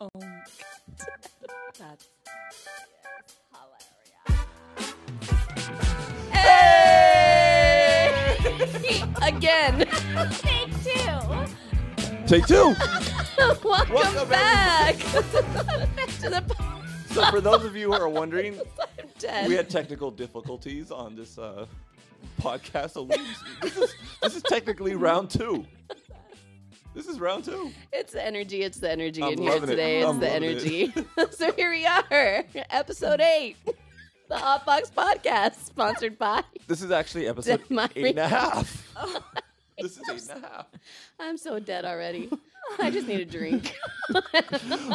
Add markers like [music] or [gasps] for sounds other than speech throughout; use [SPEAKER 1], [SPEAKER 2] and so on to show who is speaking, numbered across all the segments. [SPEAKER 1] Oh, that's
[SPEAKER 2] Hey! Again.
[SPEAKER 1] take two.
[SPEAKER 3] Take two.
[SPEAKER 2] Welcome,
[SPEAKER 3] Welcome,
[SPEAKER 2] back. to the podcast.
[SPEAKER 3] so for those of you who are wondering,
[SPEAKER 2] I'm dead.
[SPEAKER 3] we had technical difficulties on this uh, podcast. So we, this is this is technically round two. This is round two.
[SPEAKER 2] it's the energy. It's the energy
[SPEAKER 3] I'm
[SPEAKER 2] in here
[SPEAKER 3] loving it.
[SPEAKER 2] today.
[SPEAKER 3] I'm
[SPEAKER 2] It's the energy. [laughs]
[SPEAKER 3] loving
[SPEAKER 2] so here we are, episode eight, the Hot Box Podcast, sponsored by.
[SPEAKER 3] This is actually episode
[SPEAKER 2] Did my-
[SPEAKER 3] eight and a half.
[SPEAKER 2] [laughs]
[SPEAKER 3] this is eight and a half.
[SPEAKER 2] I'm so dead already. I just need a drink.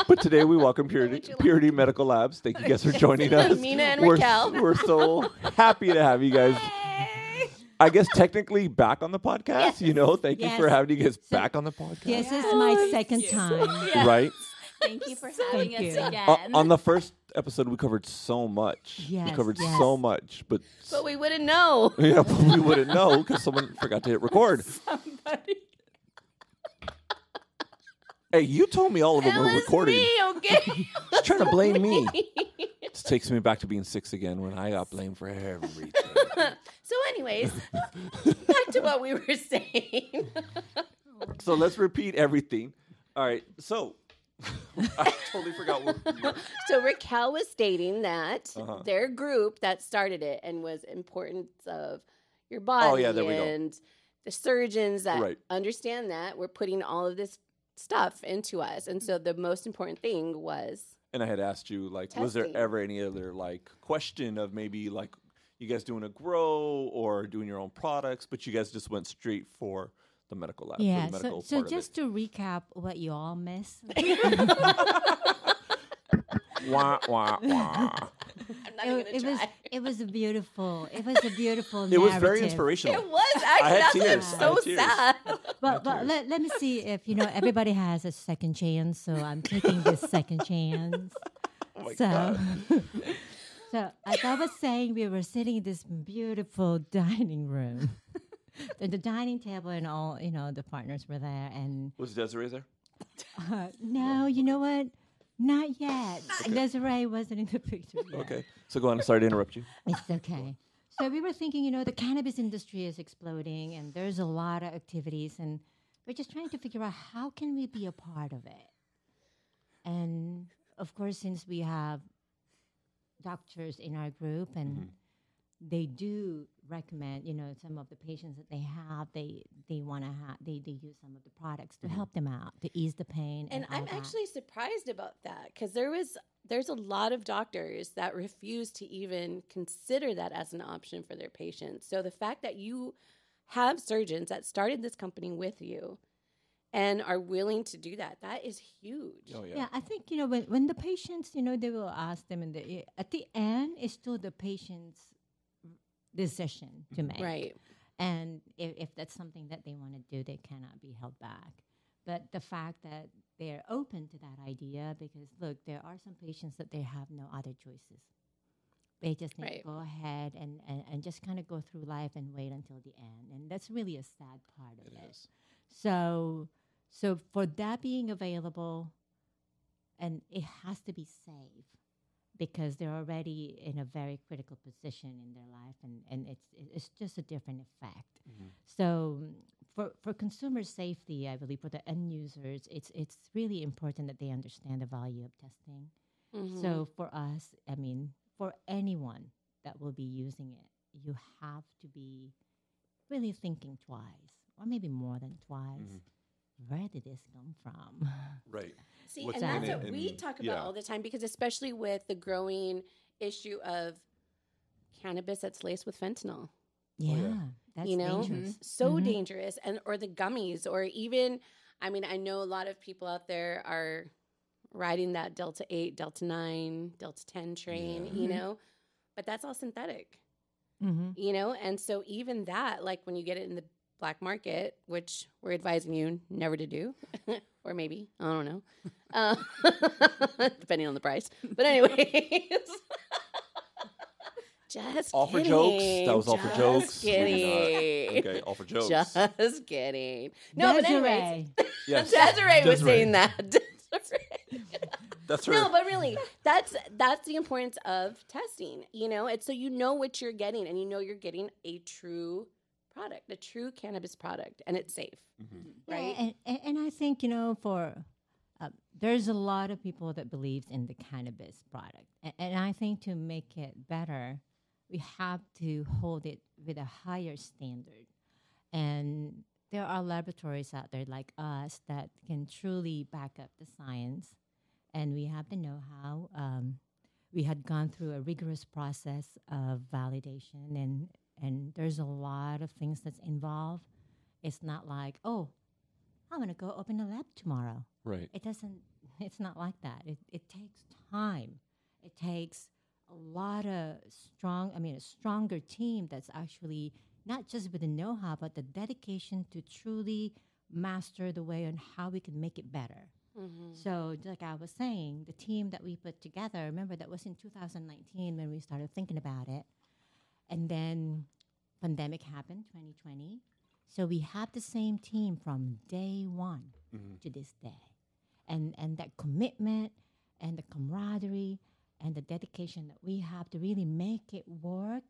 [SPEAKER 3] But today we welcome Purity,
[SPEAKER 2] would you like?
[SPEAKER 3] Purity Medical Labs. Thank you guys for joining us.
[SPEAKER 2] Mina and
[SPEAKER 3] we're,
[SPEAKER 2] Raquel.
[SPEAKER 3] We're so happy to have you guys. I guess technically back on the podcast. You know, thank you for
[SPEAKER 4] Yes.
[SPEAKER 3] having you guys back on the podcast.
[SPEAKER 4] This is
[SPEAKER 1] Yeah.
[SPEAKER 4] my
[SPEAKER 2] Oh,
[SPEAKER 4] second
[SPEAKER 2] [laughs]
[SPEAKER 4] time.
[SPEAKER 3] Right?
[SPEAKER 1] Thank you for having
[SPEAKER 4] Thank
[SPEAKER 1] us
[SPEAKER 4] you.
[SPEAKER 1] again.
[SPEAKER 3] O- Uh, on the first episode, we covered so much. we
[SPEAKER 4] Yes,
[SPEAKER 3] covered
[SPEAKER 4] yes.
[SPEAKER 3] so much, but,
[SPEAKER 2] But we wouldn't know. [laughs]
[SPEAKER 3] [laughs] yeah, but we wouldn't know because someone forgot to hit record. Hey, you told me all of them
[SPEAKER 2] It
[SPEAKER 3] were
[SPEAKER 2] was
[SPEAKER 3] recording.
[SPEAKER 2] me, okay?
[SPEAKER 3] She's trying to blame me. This takes me back to being six again when I got blamed for everything.
[SPEAKER 2] so, anyways, back to what we were [laughs] saying.
[SPEAKER 3] so let's repeat everything. All right. So [laughs] I totally forgot what we were.
[SPEAKER 2] So Raquel was stating that
[SPEAKER 3] Uh-huh.
[SPEAKER 2] their group that started it and was importance of your body
[SPEAKER 3] Oh, yeah, there we go.
[SPEAKER 2] and the surgeons that
[SPEAKER 3] Right.
[SPEAKER 2] understand that were putting all of this stuff into us. And so the most important thing was
[SPEAKER 3] And I had asked you, like, was there
[SPEAKER 2] Testing.
[SPEAKER 3] ever any other like question of maybe like you guys doing a grow or doing your own products, but you guys just went straight for the medical lab. for the
[SPEAKER 4] Yeah. So,
[SPEAKER 3] medical
[SPEAKER 4] so
[SPEAKER 3] part of
[SPEAKER 4] just to recap what you
[SPEAKER 2] [laughs]
[SPEAKER 4] all missed.
[SPEAKER 3] it. [laughs] wah, wah, wah.
[SPEAKER 2] I'm not
[SPEAKER 4] it, it
[SPEAKER 2] even gonna
[SPEAKER 4] was
[SPEAKER 2] try. [laughs]
[SPEAKER 4] it was beautiful. It was a beautiful.
[SPEAKER 3] It was very
[SPEAKER 4] narrative.
[SPEAKER 3] inspirational.
[SPEAKER 2] It was actually
[SPEAKER 3] had
[SPEAKER 2] that's why
[SPEAKER 3] tears. I
[SPEAKER 2] I'm so
[SPEAKER 3] had tears.
[SPEAKER 2] sad.
[SPEAKER 4] But, but
[SPEAKER 3] tears.
[SPEAKER 4] let, let me see if you know everybody has a second chance. So I'm taking this second chance.
[SPEAKER 3] [laughs] Oh my
[SPEAKER 4] so.
[SPEAKER 3] God.
[SPEAKER 4] [laughs] So as I was saying, we were sitting in this beautiful [laughs] dining room, [laughs] the, the dining table, and all you know the partners were there. And
[SPEAKER 3] Was Desiree there?
[SPEAKER 4] uh, no, you know what? Not yet. Desiree wasn't in the picture. yet.
[SPEAKER 2] [laughs]
[SPEAKER 3] Okay. So go on. Sorry to interrupt you.
[SPEAKER 4] It's okay. So we were thinking, you know, the cannabis industry is exploding and there's a lot of activities and we're just trying to figure out how can we be a part of it. And of course, since we have doctors in our group and they do recommend, you know, some of the patients that they have, they they want to have they, they use some of the products to help them out, to ease the pain. And,
[SPEAKER 2] And I'm
[SPEAKER 4] all that.
[SPEAKER 2] actually surprised about that because there was there's a lot of doctors that refuse to even consider that as an option for their patients. So the fact that you have surgeons that started this company with you and are willing to do that, that is huge.
[SPEAKER 3] Oh yeah.
[SPEAKER 4] Yeah, I think you know when, when the patients, you know, they will ask them, and the, at the end, it's still the patient's decision
[SPEAKER 3] Mm-hmm.
[SPEAKER 4] to make.
[SPEAKER 2] Right.
[SPEAKER 4] And if, if that's something that they want to do, they cannot be held back. But the fact that they're open to that idea, because look, there are some patients that they have no other choices. They just need
[SPEAKER 2] Right.
[SPEAKER 4] to go ahead and, and, and just kind of go through life and wait until the end. And that's really a sad part of
[SPEAKER 3] It
[SPEAKER 4] it.
[SPEAKER 3] is.
[SPEAKER 4] So, so for that being available, and it has to be safe because they're already in a very critical position in their life, and, and it's it- it's just a different effect.
[SPEAKER 3] Mm-hmm.
[SPEAKER 4] So, mm, for for consumer safety, I believe for the end users, it's it's really important that they understand the value of testing.
[SPEAKER 2] Mhm.
[SPEAKER 4] So for us, I mean, for anyone that will be using it, you have to be really thinking twice, or maybe more than twice. Where did this come from? [laughs]
[SPEAKER 3] Right.
[SPEAKER 2] See,
[SPEAKER 3] what's
[SPEAKER 2] and that's
[SPEAKER 4] in it
[SPEAKER 2] what we
[SPEAKER 3] and-
[SPEAKER 2] talk about
[SPEAKER 3] yeah.
[SPEAKER 2] all the time because, especially with the growing issue of cannabis that's laced with fentanyl.
[SPEAKER 4] yeah, that's
[SPEAKER 2] you know Mm-hmm.
[SPEAKER 4] dangerous.
[SPEAKER 2] so
[SPEAKER 4] Mhm.
[SPEAKER 2] dangerous and or the gummies or even i mean i know a lot of people out there are riding that delta 8 delta 9 delta 10 train
[SPEAKER 3] Yeah.
[SPEAKER 2] you
[SPEAKER 4] Mhm.
[SPEAKER 2] know but that's all synthetic
[SPEAKER 4] Mhm.
[SPEAKER 2] you know and so even that like when you get it in the black market which we're advising you never to do [laughs] or maybe i don't know [laughs] uh, depending on the price but anyways [laughs] just
[SPEAKER 3] All for jokes.
[SPEAKER 2] kidding.
[SPEAKER 3] That was all for
[SPEAKER 2] Just
[SPEAKER 3] jokes. We did not.
[SPEAKER 2] kidding.
[SPEAKER 3] Okay. All for jokes.
[SPEAKER 2] [laughs] Just kidding. No, but anyways,
[SPEAKER 4] Desiree.
[SPEAKER 3] yes.
[SPEAKER 2] Desiree was
[SPEAKER 3] Desiree.
[SPEAKER 2] saying that. [laughs] Desiree.
[SPEAKER 3] That's her.
[SPEAKER 2] No, but really, that's that's the importance of testing. You know, it's so you know what you're getting, and you know you're getting a true product, a true cannabis product, and it's safe,
[SPEAKER 3] Mhm.
[SPEAKER 2] right?
[SPEAKER 4] Yeah, and, and, and I think, you know, for uh, there's a lot of people that believes in the cannabis product. And, and I think to make it better, we have to hold it with a higher standard. And there are laboratories out there like us that can truly back up the science. And we have the know how. Um, we had gone through a rigorous process of validation, and, and there's a lot of things that's involved. It's not like, oh, I'm gonna go open a lab tomorrow.
[SPEAKER 3] Right.
[SPEAKER 4] It doesn't. [laughs] It's not like that. It it takes time. It takes a lot of strong. I mean, a stronger team that's actually not just with the know-how, but the dedication to truly master the way on how we can make it better. So, like I was saying, the team that we put together. Remember that was in 2019 when we started thinking about it, and then pandemic happened, 2020. So we have the same team from day one to this day. And and that commitment and the camaraderie and the dedication that we have to really make it work.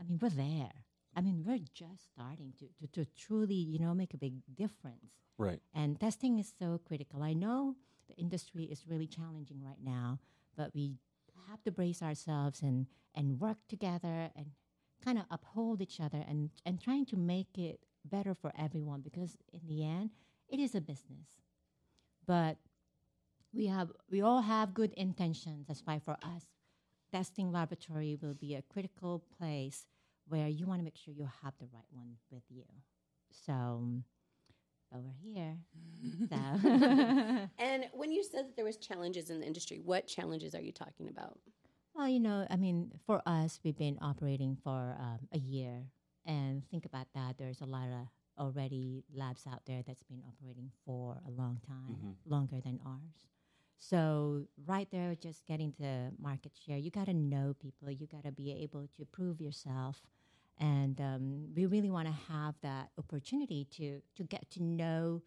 [SPEAKER 4] I mean, we're there. I mean, we're just starting to, to, to truly, you know, make a big difference.
[SPEAKER 3] Right.
[SPEAKER 4] And testing is so critical. I know the industry is really challenging right now, but we have to brace ourselves and, and work together and kind of uphold each other and, and trying to make it better for everyone because in the end, it is a business. But we have we all have good intentions. That's why for us, testing laboratory will be a critical place where you want to make sure you have the right one with you. So but we're here. So. [laughs]
[SPEAKER 2] And when you said that there was challenges in the industry, what challenges are you talking about?
[SPEAKER 4] well, you know, I mean, for us, we've been operating for um, a year, and think about that. There's a lot of already labs out there that's been operating for a long time, longer than ours. So right there, just getting the market share. You got to know people. You got to be able to prove yourself, and um, we really want to have that opportunity to to get to know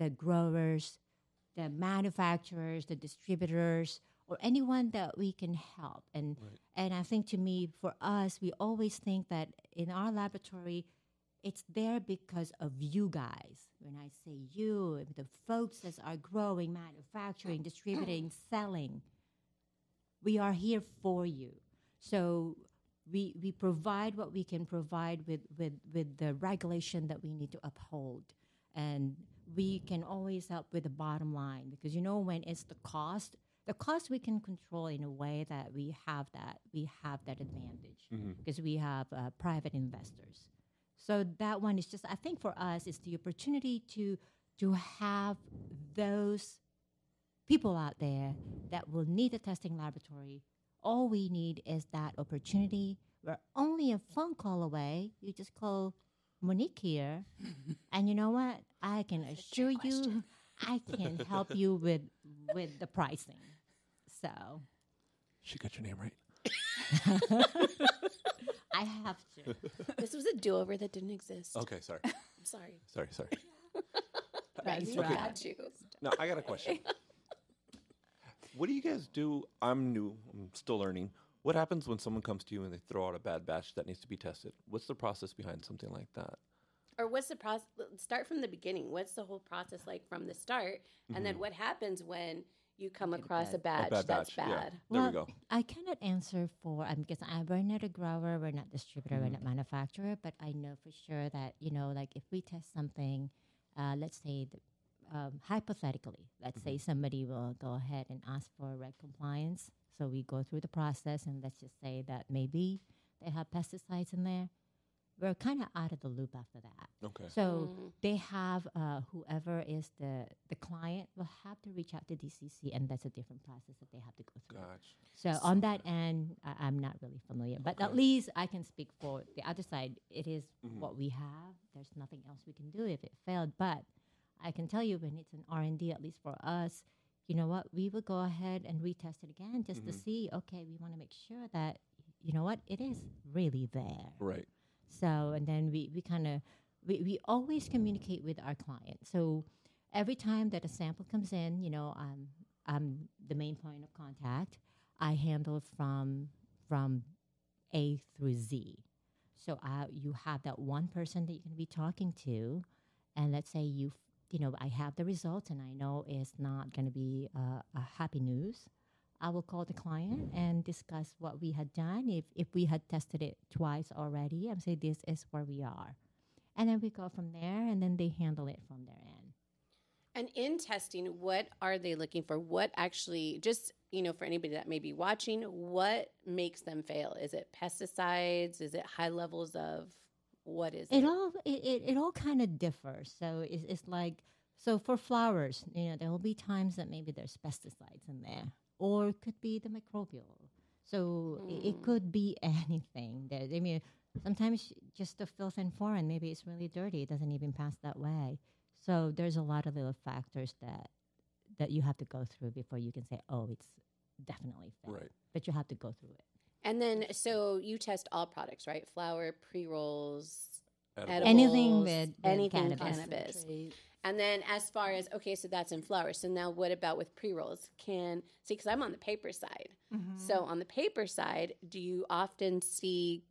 [SPEAKER 4] the growers, the manufacturers, the distributors, or anyone that we can help. And and I think to me, for us, we always think that in our laboratory, it's there because of you guys. When I say you, the folks that are growing, manufacturing, distributing, selling, we are here for you. So we we provide what we can provide with with with the regulation that we need to uphold, and we can always help with the bottom line because you know when it's the cost, the cost we can control in a way that we have that we have that advantage because we have uh, private investors. So that one is just I think for us it's the opportunity to to have those people out there that will need a testing laboratory. All we need is that opportunity. We're only a phone call away. You just call
[SPEAKER 3] [laughs]
[SPEAKER 4] Monique here. and you know what? I can assure you I can help
[SPEAKER 3] [laughs]
[SPEAKER 4] you with with the pricing. So
[SPEAKER 3] She got your name right.
[SPEAKER 4] [laughs] I have to.
[SPEAKER 2] This was a do over that didn't exist.
[SPEAKER 3] Okay. Sorry.
[SPEAKER 2] I'm sorry.
[SPEAKER 3] sorry. Sorry. Uh,
[SPEAKER 4] That's
[SPEAKER 2] We
[SPEAKER 4] right.
[SPEAKER 2] got you.
[SPEAKER 3] No, I got a question. [laughs] what do you guys do? I'm new. I'm still learning. What happens when someone comes to you and they throw out a bad batch that needs to be tested? What's the process behind something like that?
[SPEAKER 2] Or what's the process? Start from the beginning. What's the whole process like from the start? And then what happens when you come across a batch,
[SPEAKER 3] Mm-hmm. a bad
[SPEAKER 2] that's
[SPEAKER 3] batch. Yeah.
[SPEAKER 2] bad?
[SPEAKER 3] There
[SPEAKER 4] well,
[SPEAKER 3] we go.
[SPEAKER 4] I cannot answer for um, because I, we're not a grower, we're not distributor, we're
[SPEAKER 3] Mm-hmm.
[SPEAKER 4] not manufacturer, but I know for sure that you know, like if we test something, uh, let's say the, um, hypothetically, let's say
[SPEAKER 3] Mm-hmm.
[SPEAKER 4] somebody will go ahead and ask for red compliance. So we go through the process, and let's just say that maybe they have pesticides in there. We're kind of out of the loop after that.
[SPEAKER 3] Okay.
[SPEAKER 4] So
[SPEAKER 2] Mm-hmm.
[SPEAKER 4] they have uh, whoever is the the client will have to reach out to DCC, and that's a different process that they have to go through.
[SPEAKER 3] Gotcha.
[SPEAKER 4] So on that end, I, I'm not really familiar, but at least I can speak for the other side. It is what we have. There's nothing else we can do if it failed. But I can tell you when it's an R and D, at least for us, you know what? We will go ahead and retest it again just to see. Okay, we want to make sure that you know what it is really there.
[SPEAKER 3] Right.
[SPEAKER 4] So, and then we, we kind of, we, we always communicate with our client. So every time that a sample comes in, you know, um, I'm the main point of contact. I handle from from A through Z. So uh, you have that one person that you can be talking to, and let's say you f- you know I have the results and I know it's not going to be uh, a happy news. I will call the client and discuss what we had done. If if we had tested it twice already, I'm saying this is where we are, and then we go from there, and then they handle it from their end.
[SPEAKER 2] And in testing, what are they looking for? What actually, just you know, for anybody that may be watching, what makes them fail? Is it pesticides? Is it high levels of what is it?
[SPEAKER 4] It all it, it, it all kind of differs. So it's, it's like so for flowers, you know, there will be times that maybe there's pesticides in there, or it could be the microbial. So i- it,
[SPEAKER 2] Mm.
[SPEAKER 4] could be [laughs] anything. There, I mean, sometimes just the filth and foreign. Maybe it's really dirty. It doesn't even pass that way. So there's a lot of little factors that that you have to go through before you can say, oh, it's definitely fail.
[SPEAKER 3] Right.
[SPEAKER 4] But you have to go through it.
[SPEAKER 2] And then, so you test all products, right? Flour, pre rolls,
[SPEAKER 3] Edible.
[SPEAKER 2] Edible.
[SPEAKER 4] Anything
[SPEAKER 2] Edibles,
[SPEAKER 4] with, with
[SPEAKER 2] anything
[SPEAKER 4] cannabis.
[SPEAKER 2] cannabis. And then as far as okay, so that's in flour. So now what about with pre rolls? Can see because I'm on the paper side.
[SPEAKER 4] Mm-hmm. Mm.
[SPEAKER 2] So on the paper side, do you often see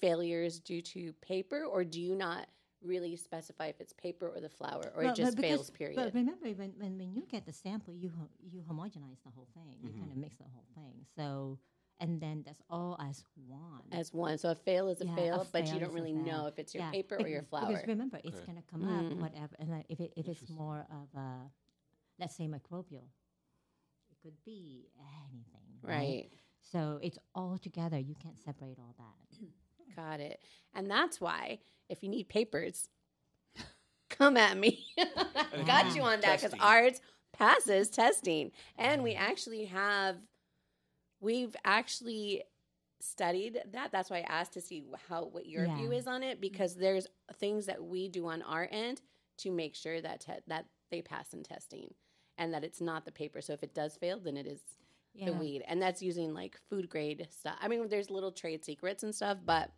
[SPEAKER 2] failures due to paper, or do you not really specify if it's paper or the flour, or
[SPEAKER 4] Well,
[SPEAKER 2] it
[SPEAKER 4] but
[SPEAKER 2] just fails?
[SPEAKER 4] because-
[SPEAKER 2] Period.
[SPEAKER 4] But remember, when, when, when you get the sample, you ho- you homogenize the whole thing. You kind of mix the whole thing. So, and then that's all as one.
[SPEAKER 2] as one, so a fail is a
[SPEAKER 4] Yeah, a
[SPEAKER 2] fail, but you
[SPEAKER 4] fail
[SPEAKER 2] don't
[SPEAKER 4] is a
[SPEAKER 2] really
[SPEAKER 4] fail.
[SPEAKER 2] know if it's your
[SPEAKER 4] Yeah,
[SPEAKER 2] paper or
[SPEAKER 4] bec-
[SPEAKER 2] your flour.
[SPEAKER 4] [laughs] Because remember, it's
[SPEAKER 3] Okay.
[SPEAKER 4] going to come
[SPEAKER 2] Mm.
[SPEAKER 4] up whatever. And like, if it, if it's more of a, let's say microbial, it could be anything, right?
[SPEAKER 2] Right.
[SPEAKER 4] So it's all together. You can't separate all that.
[SPEAKER 2] Got it. And that's why if you need papers, [laughs] come at me. Got
[SPEAKER 4] it's
[SPEAKER 2] you on that because
[SPEAKER 3] testing.
[SPEAKER 2] ours passes testing. And we actually have, we've actually studied that. That's why I asked to see how, what your
[SPEAKER 4] Yeah.
[SPEAKER 2] view is on it because there's things that we do on our end to make sure that, te- that they pass in testing and that it's not the paper. So if it does fail, then it is the weed, and that's using like food grade stuff. I mean, there's little trade secrets and stuff, but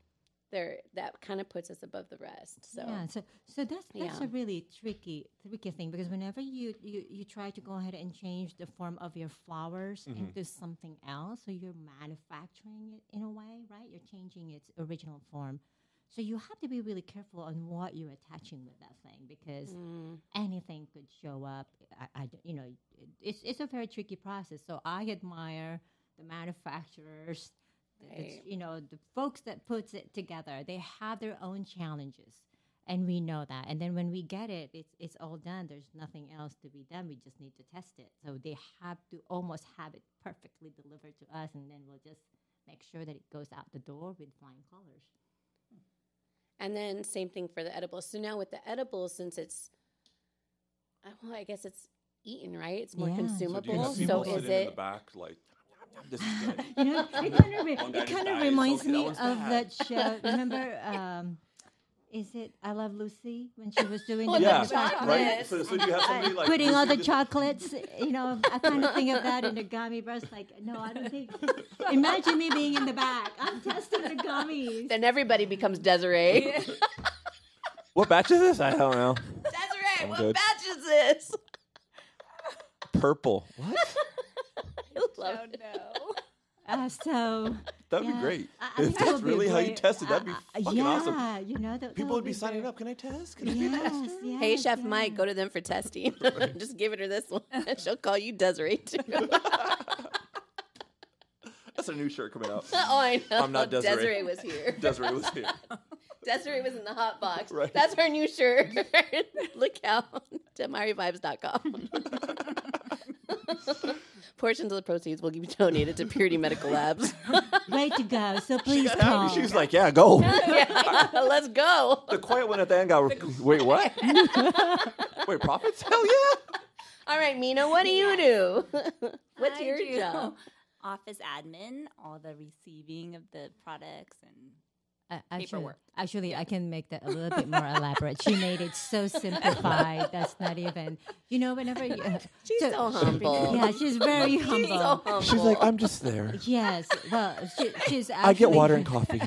[SPEAKER 2] there that kind of puts us above the rest. So
[SPEAKER 4] yeah, so so that's that's
[SPEAKER 2] Yeah.
[SPEAKER 4] a really tricky tricky thing because whenever you, you you try to go ahead and change the form of your flowers
[SPEAKER 3] Mhm.
[SPEAKER 4] into something else, so you're manufacturing it in a way, right? You're changing its original form, so you have to be really careful on what you're attaching with that thing because
[SPEAKER 2] Mm,
[SPEAKER 4] anything could show up. I, I d- you know, it- it's it's a very tricky process. So I admire the manufacturers, the- the-
[SPEAKER 2] Right.
[SPEAKER 4] you know, the folks that puts it together. They have their own challenges, and we know that. And then when we get it, it's it's all done. There's nothing else to be done. We just need to test it. So they have to almost have it perfectly delivered to us, and then we'll just make sure that it goes out the door with flying colors.
[SPEAKER 2] and then same thing for the edibles. So now with the edibles, since it's I- well, I guess it's eaten, right? It's more
[SPEAKER 4] Yeah. So do
[SPEAKER 3] So,
[SPEAKER 4] you
[SPEAKER 3] do you
[SPEAKER 2] consumable.
[SPEAKER 3] have
[SPEAKER 2] So,
[SPEAKER 3] people
[SPEAKER 2] is
[SPEAKER 3] sitting in the
[SPEAKER 2] it?
[SPEAKER 3] back like, this is
[SPEAKER 2] [laughs]
[SPEAKER 3] good. [laughs]
[SPEAKER 4] You know, it kind of,
[SPEAKER 3] One
[SPEAKER 4] re-
[SPEAKER 3] guy
[SPEAKER 4] it
[SPEAKER 3] just
[SPEAKER 4] kind
[SPEAKER 3] dies,
[SPEAKER 4] of reminds
[SPEAKER 3] okay, that
[SPEAKER 4] me
[SPEAKER 3] one's
[SPEAKER 4] of
[SPEAKER 3] bad.
[SPEAKER 4] that
[SPEAKER 3] [laughs]
[SPEAKER 4] show. Remember, um, is it I Love Lucy when she was doing the
[SPEAKER 3] yeah,
[SPEAKER 2] the chocolate.
[SPEAKER 3] right. So, so do you have somebody like
[SPEAKER 4] putting
[SPEAKER 3] who's
[SPEAKER 4] all the
[SPEAKER 3] just- [laughs]
[SPEAKER 4] chocolates? You know, I kind of think of that in the gummy bars. Like, no, I don't think. [laughs] Imagine me being in the back. I'm testing the gummies.
[SPEAKER 2] Then everybody becomes Desiree. [laughs] Desiree,
[SPEAKER 3] What batch is this? I don't know.
[SPEAKER 2] what
[SPEAKER 3] good.
[SPEAKER 2] batch is this? [laughs]
[SPEAKER 3] Purple. What?
[SPEAKER 2] I love
[SPEAKER 1] Oh
[SPEAKER 2] it.
[SPEAKER 1] no.
[SPEAKER 4] Uh, so
[SPEAKER 3] That'd
[SPEAKER 4] yeah.
[SPEAKER 3] be great.
[SPEAKER 4] I- I
[SPEAKER 3] if
[SPEAKER 4] think that
[SPEAKER 3] that's
[SPEAKER 4] would be a
[SPEAKER 3] really how you
[SPEAKER 4] great-
[SPEAKER 3] tested, that'd be
[SPEAKER 4] uh, uh,
[SPEAKER 3] fucking
[SPEAKER 4] yeah,
[SPEAKER 3] awesome.
[SPEAKER 4] you know, that,
[SPEAKER 3] People would be signing up. Can I test? Can I be
[SPEAKER 4] Yes,
[SPEAKER 3] tested?
[SPEAKER 4] yes,
[SPEAKER 2] Hey, Chef
[SPEAKER 4] yes.
[SPEAKER 2] Mike, go to them for testing. [laughs] Just give it her this one. She'll call you Desiree too. [laughs] Oh,
[SPEAKER 3] That's a new shirt coming out.
[SPEAKER 2] oh, I know.
[SPEAKER 3] I'm not Desiree.
[SPEAKER 2] Desiree was here.
[SPEAKER 3] Desiree was here.
[SPEAKER 2] Desiree was in the hot box.
[SPEAKER 3] [laughs] Right.
[SPEAKER 2] That's her new shirt. [laughs] Look out to MyRevibes.com.
[SPEAKER 3] [laughs]
[SPEAKER 2] Portions of the proceeds will be donated to Purity Medical
[SPEAKER 3] [laughs]
[SPEAKER 2] Labs.
[SPEAKER 4] Way to go! So [laughs] please call.
[SPEAKER 3] She was like, "Yeah, go." [laughs]
[SPEAKER 2] yeah, [laughs] let's go.
[SPEAKER 3] The quiet one at the end got.
[SPEAKER 4] [laughs]
[SPEAKER 3] Wait, what? Wait, profits? Hell yeah!
[SPEAKER 2] All right, Mina, what do you [laughs] do? What's
[SPEAKER 1] I
[SPEAKER 2] your [laughs]
[SPEAKER 1] do
[SPEAKER 2] job?
[SPEAKER 1] [laughs] Office admin, all the receiving of the products [laughs] and
[SPEAKER 4] Uh, actually,
[SPEAKER 1] paperwork.
[SPEAKER 4] actually, I can make that a little bit
[SPEAKER 2] [laughs]
[SPEAKER 4] more elaborate. She made it so simplified. That's not even, you know, whenever you,
[SPEAKER 2] [laughs] She's so, humble.
[SPEAKER 4] yeah, she's very
[SPEAKER 2] [laughs]
[SPEAKER 4] humble.
[SPEAKER 2] She's so humble.
[SPEAKER 3] She's like, "I'm just there.
[SPEAKER 4] Yes, well, she, she's. Actually,
[SPEAKER 3] I get water and coffee.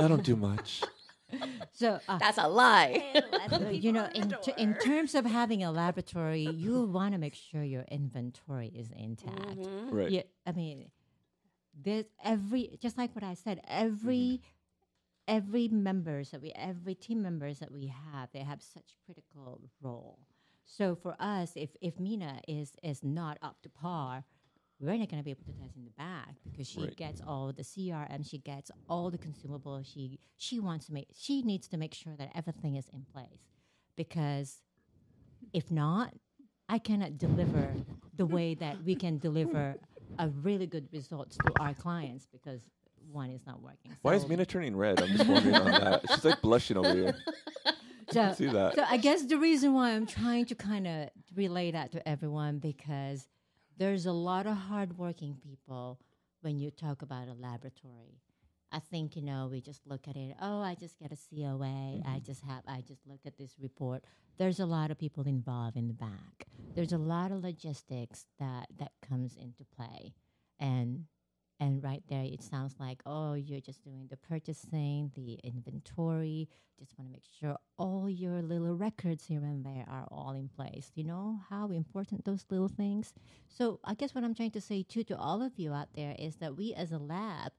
[SPEAKER 3] I don't do much."
[SPEAKER 4] So, uh,
[SPEAKER 2] That's a lie.
[SPEAKER 4] so, you know, in, t- in terms of having
[SPEAKER 2] [laughs]
[SPEAKER 4] a laboratory, you want to make sure your inventory is intact.
[SPEAKER 2] Mm-hmm.
[SPEAKER 3] Right.
[SPEAKER 4] Yeah, I mean, there's every just like what I said. Every
[SPEAKER 3] Mm-hmm.
[SPEAKER 4] every members that we every team members that we have, they have such critical role. So for us, if if Mina is is not up to par, we're not going to be able to test in the back because she
[SPEAKER 3] Right.
[SPEAKER 4] gets all the CRM, she gets all the consumables. She she wants to make she needs to make sure that everything is in place because if not, I cannot deliver the way that we can deliver a really good results to our clients because one is not working.
[SPEAKER 3] Why
[SPEAKER 4] So-
[SPEAKER 3] is Mina turning red? I'm just wondering on that. She's like blushing over here.
[SPEAKER 4] so,
[SPEAKER 3] See that?
[SPEAKER 4] so I guess the reason why I'm trying to kind of relay that to everyone because there's a lot of hardworking people when you talk about a laboratory. I think you know we just look at it. Oh, I just get a COA. I just have. I just look at this report. There's a lot of people involved in the back. There's a lot of logistics that that comes into play, and and right there it sounds like oh you're just doing the purchasing, the inventory, just want to make sure all your little records here and there are all in place. You know how important those little things. So I guess what I'm trying to say too to all of you out there is that we as a lab,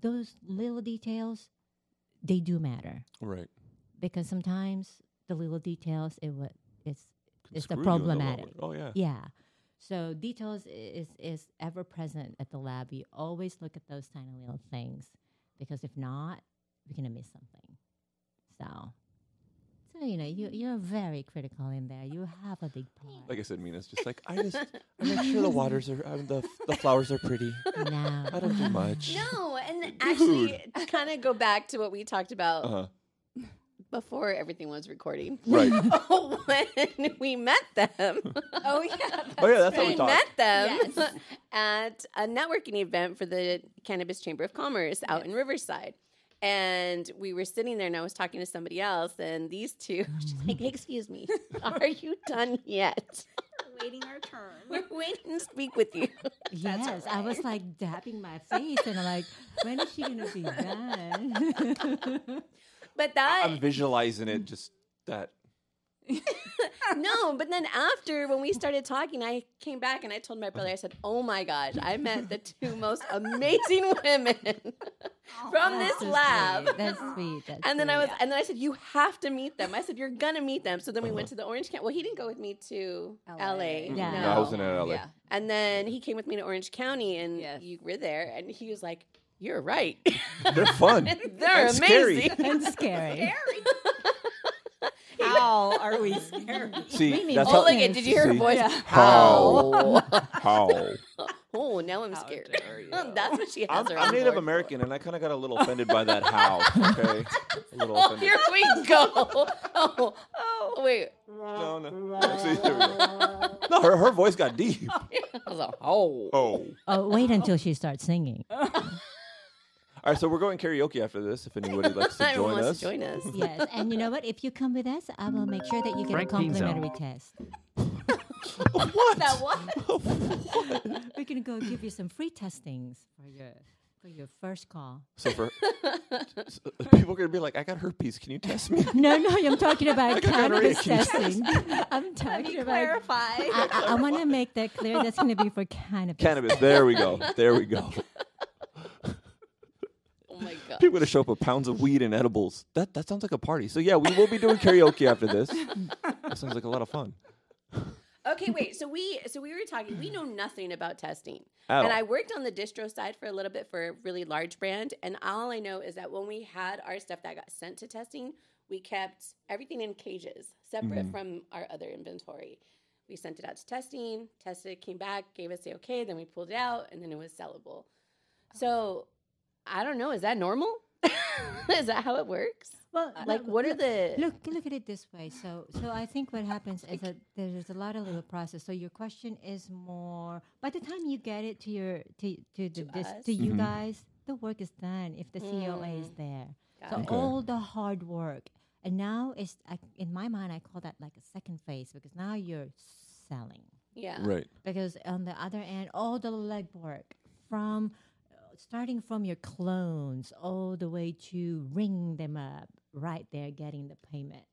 [SPEAKER 4] those little details, they do matter
[SPEAKER 3] Right.
[SPEAKER 4] because sometimes the little details it what it's
[SPEAKER 3] Could
[SPEAKER 4] It's
[SPEAKER 3] screw
[SPEAKER 4] the
[SPEAKER 3] you in long
[SPEAKER 4] problematic.
[SPEAKER 3] run. Oh yeah. [laughs]
[SPEAKER 4] yeah. So details i- is is ever present at the lab. We always look at those tiny little things because if not, we're gonna miss something. So, so you know, you you're very critical in there. You have a big part.
[SPEAKER 3] Like I said, Mina's just like
[SPEAKER 4] [laughs]
[SPEAKER 3] I just I make sure the waters are um, the the flowers are pretty.
[SPEAKER 4] now,
[SPEAKER 3] [laughs] I don't do much.
[SPEAKER 2] No, and
[SPEAKER 3] [laughs]
[SPEAKER 2] actually, kind of go back to what we talked about
[SPEAKER 3] Uh-huh.
[SPEAKER 2] before everything was recording. [laughs]
[SPEAKER 3] Right.
[SPEAKER 2] Oh, when we met them,
[SPEAKER 1] [laughs] Oh yeah.
[SPEAKER 3] oh yeah, that's how we
[SPEAKER 2] we
[SPEAKER 3] talk.
[SPEAKER 2] met them at a networking event for the Cannabis Chamber of Commerce out in Riverside. And we were sitting there, and I was talking to somebody else, and these two, [laughs] she's like,
[SPEAKER 1] Mm-hmm.
[SPEAKER 2] "Excuse me, are you done
[SPEAKER 1] [laughs]
[SPEAKER 2] yet?
[SPEAKER 1] Waiting our turn. [laughs]
[SPEAKER 2] We're waiting to speak with you."
[SPEAKER 4] [laughs] yes, I was like dabbing my face, and I'm like, when is she gonna be
[SPEAKER 2] [laughs]
[SPEAKER 4] done?
[SPEAKER 2] But that
[SPEAKER 3] I'm visualizing it just that
[SPEAKER 2] No, but then after when we started talking, I came back and I told my brother, I said, Oh my gosh, I met the two most amazing women [laughs] from
[SPEAKER 4] That's
[SPEAKER 2] this
[SPEAKER 4] so
[SPEAKER 2] lab.
[SPEAKER 4] sweet.
[SPEAKER 1] [laughs]
[SPEAKER 4] That's sweet. That's
[SPEAKER 2] And then I
[SPEAKER 4] sweet.
[SPEAKER 2] was, and then I said, "You have to meet them." I said, "You're gonna meet them." So then we
[SPEAKER 3] Uh-huh.
[SPEAKER 2] went to the Orange County. Well, he didn't go with me to L.A.
[SPEAKER 1] LA.
[SPEAKER 3] Mm,
[SPEAKER 4] Yeah.
[SPEAKER 3] no, I was in LA.
[SPEAKER 1] Yeah.
[SPEAKER 2] and then he came with me to Orange County, and
[SPEAKER 1] Yes.
[SPEAKER 2] you were there, and he was like, "You're right. [laughs]
[SPEAKER 3] They're fun.
[SPEAKER 2] They're
[SPEAKER 3] And scary.
[SPEAKER 2] amazing." [laughs]
[SPEAKER 4] and
[SPEAKER 1] uh,
[SPEAKER 4] scary.
[SPEAKER 1] [laughs] How are [laughs] we scared?
[SPEAKER 4] We
[SPEAKER 3] See,
[SPEAKER 4] need
[SPEAKER 3] that's
[SPEAKER 2] Oh,
[SPEAKER 4] all
[SPEAKER 3] how,
[SPEAKER 2] look it! Did you hear her
[SPEAKER 3] See?
[SPEAKER 2] voice?
[SPEAKER 1] Yeah.
[SPEAKER 3] How? how.
[SPEAKER 2] Oh, now I'm
[SPEAKER 1] How
[SPEAKER 2] scared.
[SPEAKER 1] dare [laughs] you.
[SPEAKER 2] [laughs] That's what she has.
[SPEAKER 3] I'm,
[SPEAKER 2] her
[SPEAKER 3] I'm
[SPEAKER 2] on
[SPEAKER 3] Native
[SPEAKER 2] board for.
[SPEAKER 3] American, and I kind of got a little offended by that how. Okay, a little
[SPEAKER 2] Oh,
[SPEAKER 3] offended.
[SPEAKER 2] here [laughs] we go. Oh, oh, wait.
[SPEAKER 3] No, no. [laughs] Actually, there we go. No, her, her voice
[SPEAKER 2] [laughs]
[SPEAKER 3] got deep.
[SPEAKER 2] I was like, oh.
[SPEAKER 3] Oh.
[SPEAKER 4] Oh, wait until she starts singing.
[SPEAKER 3] All right, so we're going karaoke after this. If anybody likes
[SPEAKER 2] [laughs]
[SPEAKER 3] to
[SPEAKER 2] Everyone
[SPEAKER 3] join
[SPEAKER 2] wants
[SPEAKER 3] us,
[SPEAKER 2] to join us.
[SPEAKER 4] Yes, and you know what? If you come with us, I will make sure that you get
[SPEAKER 5] Frank
[SPEAKER 4] a
[SPEAKER 5] Pinzon.
[SPEAKER 4] complimentary test.
[SPEAKER 3] [laughs] what?
[SPEAKER 2] That one.
[SPEAKER 4] We're gonna go give you some free testings for your for your first call.
[SPEAKER 2] [laughs]
[SPEAKER 3] So for [laughs] so people are gonna be like, I got herpes. Can you test me? [laughs]
[SPEAKER 4] No, no, I'm talking [laughs] about
[SPEAKER 3] got
[SPEAKER 4] cannabis
[SPEAKER 3] rabies.
[SPEAKER 4] [laughs] testing. I'm talking about.
[SPEAKER 1] Clarify.
[SPEAKER 4] I, I, I want to make that clear. That's going to be [laughs] for cannabis.
[SPEAKER 3] Cannabis. There we go. There we go.
[SPEAKER 2] Oh my god.
[SPEAKER 3] People are gonna show up with pounds of weed and edibles. That that sounds like a party. So yeah, we will be doing karaoke after this. That sounds like a lot of fun.
[SPEAKER 2] Okay, wait. So we so we were talking. We know nothing about testing,
[SPEAKER 3] At
[SPEAKER 2] and
[SPEAKER 3] all.
[SPEAKER 2] I worked on the distro side for a little bit for a really large brand. And all I know is that when we had our stuff that got sent to testing, we kept everything in cages,
[SPEAKER 3] Mm-hmm.
[SPEAKER 2] separate from our other inventory. We sent it out to testing, tested, it, came back, gave us the okay, then we pulled it out, and then it was sellable. So I don't know. Is that normal? [laughs] is that how it works?
[SPEAKER 4] [laughs]
[SPEAKER 1] [laughs]
[SPEAKER 4] Well,
[SPEAKER 2] Like, what are the
[SPEAKER 4] Uh, Look, look at it this way. So, so I think what happens is that there's a lot of little process. So your question is more. By the time you get it to your to to the,
[SPEAKER 2] To
[SPEAKER 4] dis,
[SPEAKER 2] us?
[SPEAKER 4] to you
[SPEAKER 3] Mhm.
[SPEAKER 4] guys, the work is done. If the COA is there, so
[SPEAKER 3] Okay.
[SPEAKER 4] all the hard work, and now it's I, in my mind. I call that like a second phase because now you're selling
[SPEAKER 2] yeah?
[SPEAKER 3] Right.
[SPEAKER 4] because on the other end, all the legwork from starting from your clones all the way to ring them up, right there getting the payment.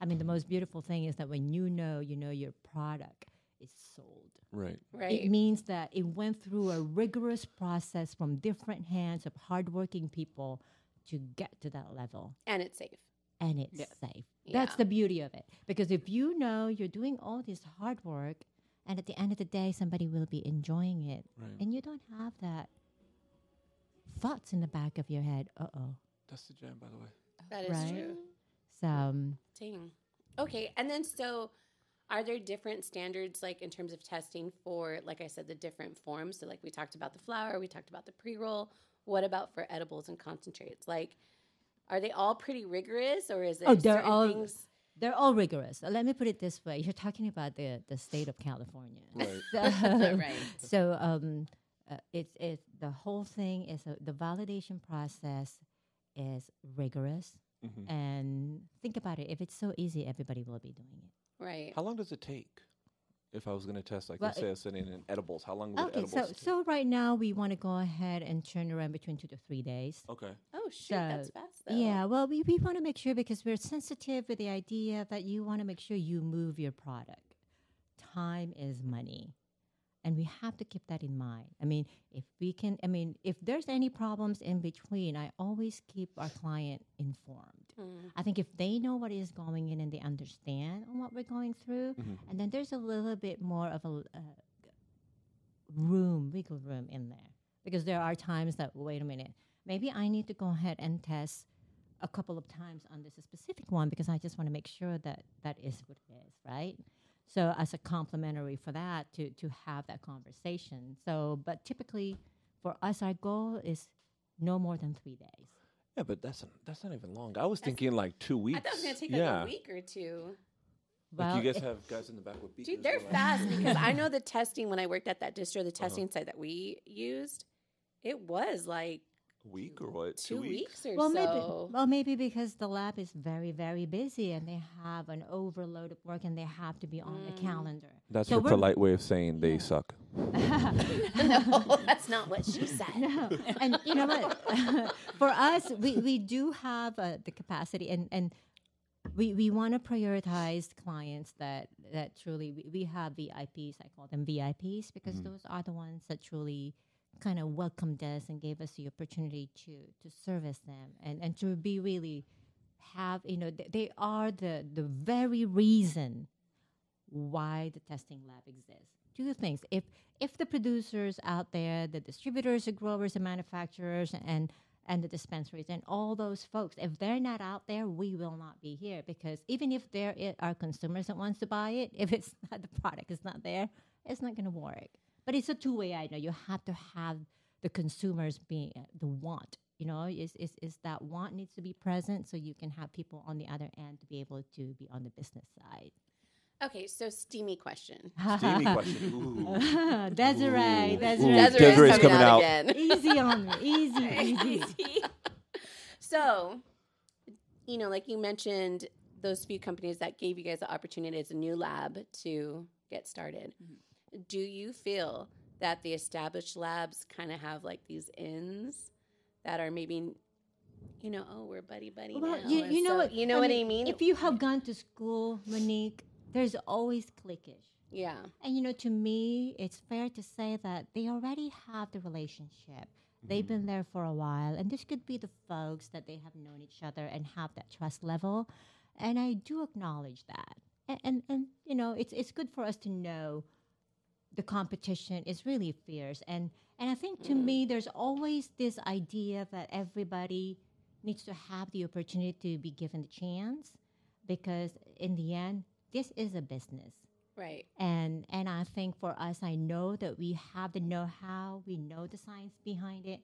[SPEAKER 4] I mean, the most beautiful thing is that when you know, you know your product is sold.
[SPEAKER 3] Right.
[SPEAKER 2] right?
[SPEAKER 4] It means that it went through a rigorous process from different hands of hardworking people to get to that level
[SPEAKER 2] and it's safe.
[SPEAKER 4] and it's
[SPEAKER 1] Yeah.
[SPEAKER 4] safe.
[SPEAKER 2] Yeah.
[SPEAKER 4] That's the beauty of it. Because if you know you're doing all this hard work, and at the end of the day, somebody will be enjoying it,
[SPEAKER 3] Right.
[SPEAKER 4] and you don't have that thoughts in the back of your head. Uh oh.
[SPEAKER 3] That's the jam, by the way.
[SPEAKER 2] That is
[SPEAKER 4] Right.
[SPEAKER 2] true.
[SPEAKER 4] So um,
[SPEAKER 2] Dang. Okay, and then so are there different standards like in terms of testing for like I said the different forms? So like we talked about the flour, we talked about the pre-roll. What about for edibles and concentrates? Like are they all pretty rigorous or is it
[SPEAKER 4] Oh, they're
[SPEAKER 2] certain
[SPEAKER 4] all- [laughs]
[SPEAKER 2] things?
[SPEAKER 4] they're all rigorous. Uh, Let me put it this way: you're talking about the the state of California.
[SPEAKER 3] Right.
[SPEAKER 4] [laughs] So-
[SPEAKER 2] [laughs] right.
[SPEAKER 4] So um, uh, it's it's the whole thing is a, the validation process is rigorous,
[SPEAKER 3] Mhm.
[SPEAKER 4] and think about it. If it's so easy, everybody will be doing it.
[SPEAKER 2] Right.
[SPEAKER 3] How long does it take? If I was going to test, like,
[SPEAKER 4] Well,
[SPEAKER 3] let's say I was sitting in edibles, how long would
[SPEAKER 4] Okay,
[SPEAKER 3] edibles
[SPEAKER 4] so
[SPEAKER 3] take?
[SPEAKER 4] so right now we want to go ahead and turn around between two to three days.
[SPEAKER 3] okay.
[SPEAKER 2] Oh shoot, that's
[SPEAKER 4] So,
[SPEAKER 2] fast though.
[SPEAKER 4] Yeah, well, we, we want to make sure because we're sensitive with the idea that you want to make sure you move your product. Time is money. And we have to keep that in mind. I mean, if we can, I mean, if there's any problems in between, I always keep our client informed.
[SPEAKER 2] Mm.
[SPEAKER 4] I think if they know what is going in and they understand on what we're going through,
[SPEAKER 3] Mhm.
[SPEAKER 4] and then there's a little bit more of a l- uh, room, wiggle room in there. Because there are times that, wait a minute, maybe I need to go ahead and test a couple of times on this specific one because I just want to make sure that that is what it is, right? So, as a complimentary for that, to, to have that conversation. So, but typically for us, our goal is no more than three days.
[SPEAKER 3] Yeah, but that's that's not even long. I was thinking like two weeks.
[SPEAKER 2] I thought it was gonna take
[SPEAKER 3] yeah.
[SPEAKER 2] like a week or two.
[SPEAKER 3] Like, you
[SPEAKER 4] Well,
[SPEAKER 3] guys have guys in the back with beakers.
[SPEAKER 2] Dude, they're
[SPEAKER 3] going,
[SPEAKER 2] fast because I [laughs] know the testing when I worked at that distro, the testing site that we used, it was like
[SPEAKER 3] A week or what?
[SPEAKER 2] two, weeks? or
[SPEAKER 4] well,
[SPEAKER 2] so.
[SPEAKER 4] maybe, well, maybe because the lab is very, very busy and they have an overload of work and they have to be on
[SPEAKER 2] Mm.
[SPEAKER 4] the calendar.
[SPEAKER 3] That's
[SPEAKER 4] So
[SPEAKER 3] a
[SPEAKER 4] we're-
[SPEAKER 3] polite way of saying
[SPEAKER 2] [laughs]
[SPEAKER 3] they suck.
[SPEAKER 4] [laughs]
[SPEAKER 2] no, that's not what she said.
[SPEAKER 4] No, [laughs] and you know what? [laughs] For us, we, we do have uh, the capacity and, and we, we want to prioritize clients that, that truly, we, we have VIPs, I call them VIPs, because those are the ones that truly kind of welcomed us and gave us the opportunity to, to service them and, and to be really have, you know, th- they are the, the very reason why the testing lab exists. Two things. If if the producers out there, the distributors, the growers, the manufacturers and and the dispensaries and all those folks, if they're not out there, we will not be here because even if there i- are consumers that wants to buy it, [laughs] if it's not the product is not there, it's not going to work. But it's a two way. I know you have to have the consumers being the want. You know, is is is that want needs to be present so you can have people on the other end to be able to be on the business side.
[SPEAKER 2] Okay, so steamy question.
[SPEAKER 3] Steamy question. Ooh.
[SPEAKER 4] [laughs]
[SPEAKER 2] [laughs]
[SPEAKER 3] Ooh.
[SPEAKER 4] Desiree, Desiree.
[SPEAKER 3] Ooh, Desiree's Desiree's coming coming out.
[SPEAKER 2] again.
[SPEAKER 4] Easy on me. Easy, easy. [laughs]
[SPEAKER 2] so, you know, like you mentioned, those few companies that gave you guys the opportunity as a new lab to get started.
[SPEAKER 4] Mm-hmm.
[SPEAKER 2] Do you feel that the established labs kind of have like these ins that are maybe, you know, oh, we're buddy buddy
[SPEAKER 4] Well,
[SPEAKER 2] now.
[SPEAKER 4] you,
[SPEAKER 2] and
[SPEAKER 4] you know
[SPEAKER 2] so-
[SPEAKER 4] what?
[SPEAKER 2] You know what I mean?
[SPEAKER 4] If you have gone to school, Monique, there's always cliquish.
[SPEAKER 2] yeah.
[SPEAKER 4] And you know, to me, it's fair to say that they already have the relationship. They've
[SPEAKER 3] Mm-hmm. [laughs]
[SPEAKER 4] been there for a while, and this could be the folks that they have known each other and have that trust level. And I do acknowledge that. And and, and you know, it's it's good for us to know the competition is really fierce. And and I think to me, there's always this idea that everybody needs to have the opportunity to be given the chance, because in the end, this is a business
[SPEAKER 2] Right.
[SPEAKER 4] and and I think for us, I know that we have the know-how, we know the science behind it,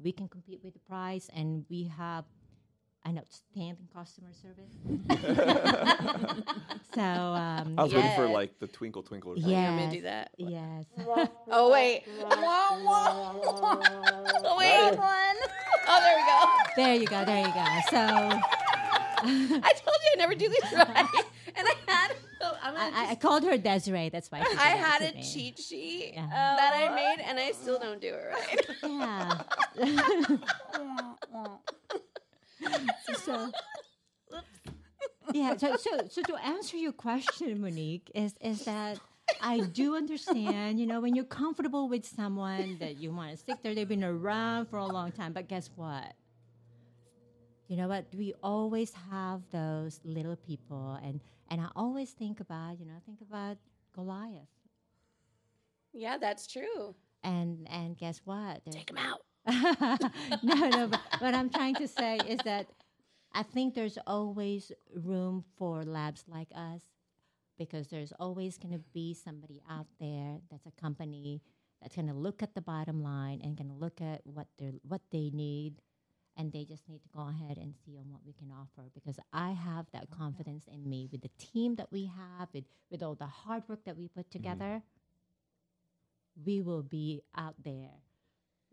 [SPEAKER 4] we can compete with the price, and we have an outstanding customer
[SPEAKER 3] [laughs]
[SPEAKER 4] service. so um,
[SPEAKER 3] I was waiting for
[SPEAKER 2] Yes.
[SPEAKER 3] like the twinkle twinkle. or something.
[SPEAKER 2] You want me to
[SPEAKER 4] yes,
[SPEAKER 2] do that?
[SPEAKER 4] yes.
[SPEAKER 2] Oh wait.
[SPEAKER 4] [laughs]
[SPEAKER 2] Oh wait. Oh, there we go.
[SPEAKER 4] there you go, there you go. So [laughs]
[SPEAKER 2] [laughs] I told you I never do these right, and I had. oh, I'm gonna
[SPEAKER 4] I, I
[SPEAKER 2] just-
[SPEAKER 4] called her Desiree. That's why she
[SPEAKER 2] I
[SPEAKER 4] did it
[SPEAKER 2] had
[SPEAKER 4] to
[SPEAKER 2] a
[SPEAKER 4] me.
[SPEAKER 2] cheat sheet uh,
[SPEAKER 4] Yeah.
[SPEAKER 2] that I made, and Oh. [laughs]
[SPEAKER 4] [laughs]
[SPEAKER 2] I still don't do it right.
[SPEAKER 4] Yeah. so, yeah. So, so, so to answer your question, Monique, is is that I do understand. You know, when you're comfortable with someone that you want to stick there, they've been around for a long time. But guess what? You know what? We always have those little people, and and I always think about you know think about Goliath,
[SPEAKER 2] Yeah, that's true.
[SPEAKER 4] and and guess what? There's
[SPEAKER 2] Take him out.
[SPEAKER 4] no, no. But what I'm trying to say is that I think there's always room for labs like us because there's always going to be somebody out there that's a company that's going to look at the bottom line and going to look at what they are what they need, and they just need to go ahead and see on what we can offer. Because I have that confidence in me with the team that we have, with with all the hard work that we put
[SPEAKER 3] Mm-hmm.
[SPEAKER 4] together. We will be out there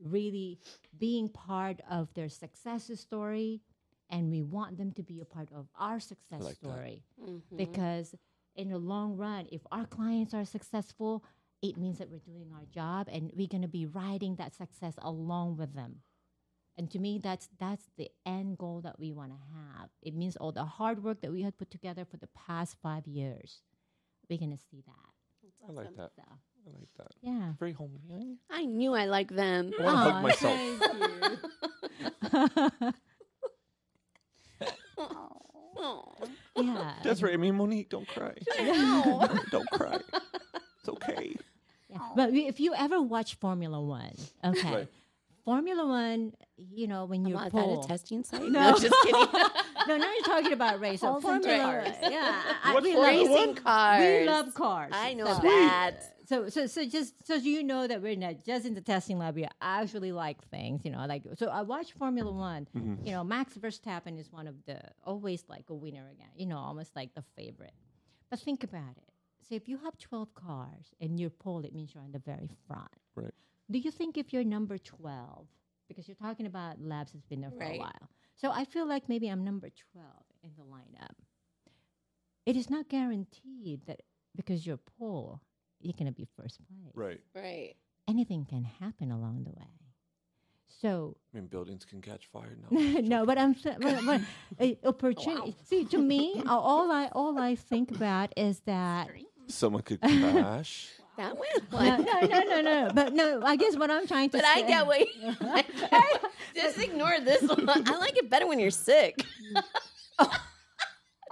[SPEAKER 4] really being part of their success story and we want them to be a part of our success
[SPEAKER 3] like that.
[SPEAKER 4] story
[SPEAKER 2] Mm-hmm.
[SPEAKER 3] Mm-hmm.
[SPEAKER 4] because in the long run if our clients are successful it means that we're doing our job and we're going to be riding that success along with them and to me that's that's the end goal that we want to have it means all the hard work that we had put together for the past 5 years we're going to see that
[SPEAKER 3] I like that.
[SPEAKER 4] so
[SPEAKER 3] I like that.
[SPEAKER 4] yeah
[SPEAKER 3] Very homely.
[SPEAKER 2] I knew I liked them.
[SPEAKER 3] I want to hug
[SPEAKER 4] Aw,
[SPEAKER 3] myself.
[SPEAKER 4] thank you. [laughs]
[SPEAKER 1] [laughs]
[SPEAKER 2] Aw.
[SPEAKER 4] yeah
[SPEAKER 3] That's right. I mean, Monique,
[SPEAKER 2] [laughs]
[SPEAKER 3] don't cry.
[SPEAKER 2] No.
[SPEAKER 3] [laughs] don't cry. It's okay.
[SPEAKER 4] Yeah. But we- if you ever watch Formula One, okay,
[SPEAKER 3] Right.
[SPEAKER 4] Formula One, you know when you
[SPEAKER 2] Mom, is that
[SPEAKER 4] pole.
[SPEAKER 2] a testing site?
[SPEAKER 4] No.
[SPEAKER 2] [laughs] just kidding.
[SPEAKER 4] no, now you're talking about race. So
[SPEAKER 2] All the
[SPEAKER 4] Formula
[SPEAKER 2] cars.
[SPEAKER 4] One, [laughs] yeah, I- I-
[SPEAKER 3] What's
[SPEAKER 4] we
[SPEAKER 3] Formula
[SPEAKER 4] love
[SPEAKER 3] One?
[SPEAKER 2] Racing cars.
[SPEAKER 4] we love cars.
[SPEAKER 2] I know
[SPEAKER 4] so,
[SPEAKER 2] that.
[SPEAKER 4] So, so, so just so you know that we're not just in the testing lab. We actually like things, you know. Like, so I watch Formula One.
[SPEAKER 3] Mm-hmm.
[SPEAKER 4] You know, Max Verstappen is one of the always like a winner again. You know, almost like the favorite. But think about it. So if you have twelve cars and you're pole, it means you're on the very front.
[SPEAKER 3] Right.
[SPEAKER 4] Do you think if you're number 12, because you're talking about labs that's been there for
[SPEAKER 2] Right.
[SPEAKER 4] a while, so I feel like maybe I'm number 12 in the lineup. It is not guaranteed that because you're poor, you're going to be first place.
[SPEAKER 3] Right.
[SPEAKER 2] Right.
[SPEAKER 4] Anything can happen along the way. So,
[SPEAKER 3] I mean, buildings can catch fire
[SPEAKER 2] [laughs]
[SPEAKER 3] now.
[SPEAKER 4] [laughs] no, but I'm sa- but, but, uh,
[SPEAKER 2] Oh,
[SPEAKER 4] opportunity. See,
[SPEAKER 2] [laughs]
[SPEAKER 4] to me, uh, all I all I think about is that
[SPEAKER 2] [laughs]
[SPEAKER 3] Someone could crash.
[SPEAKER 2] That went
[SPEAKER 4] [laughs] no,
[SPEAKER 2] one.
[SPEAKER 4] no, no, no, no. But no, I guess what I'm trying
[SPEAKER 2] [laughs]
[SPEAKER 4] to
[SPEAKER 2] But
[SPEAKER 4] say.
[SPEAKER 2] I get what you [laughs] Just ignore this one. I like it better when you're sick. [laughs]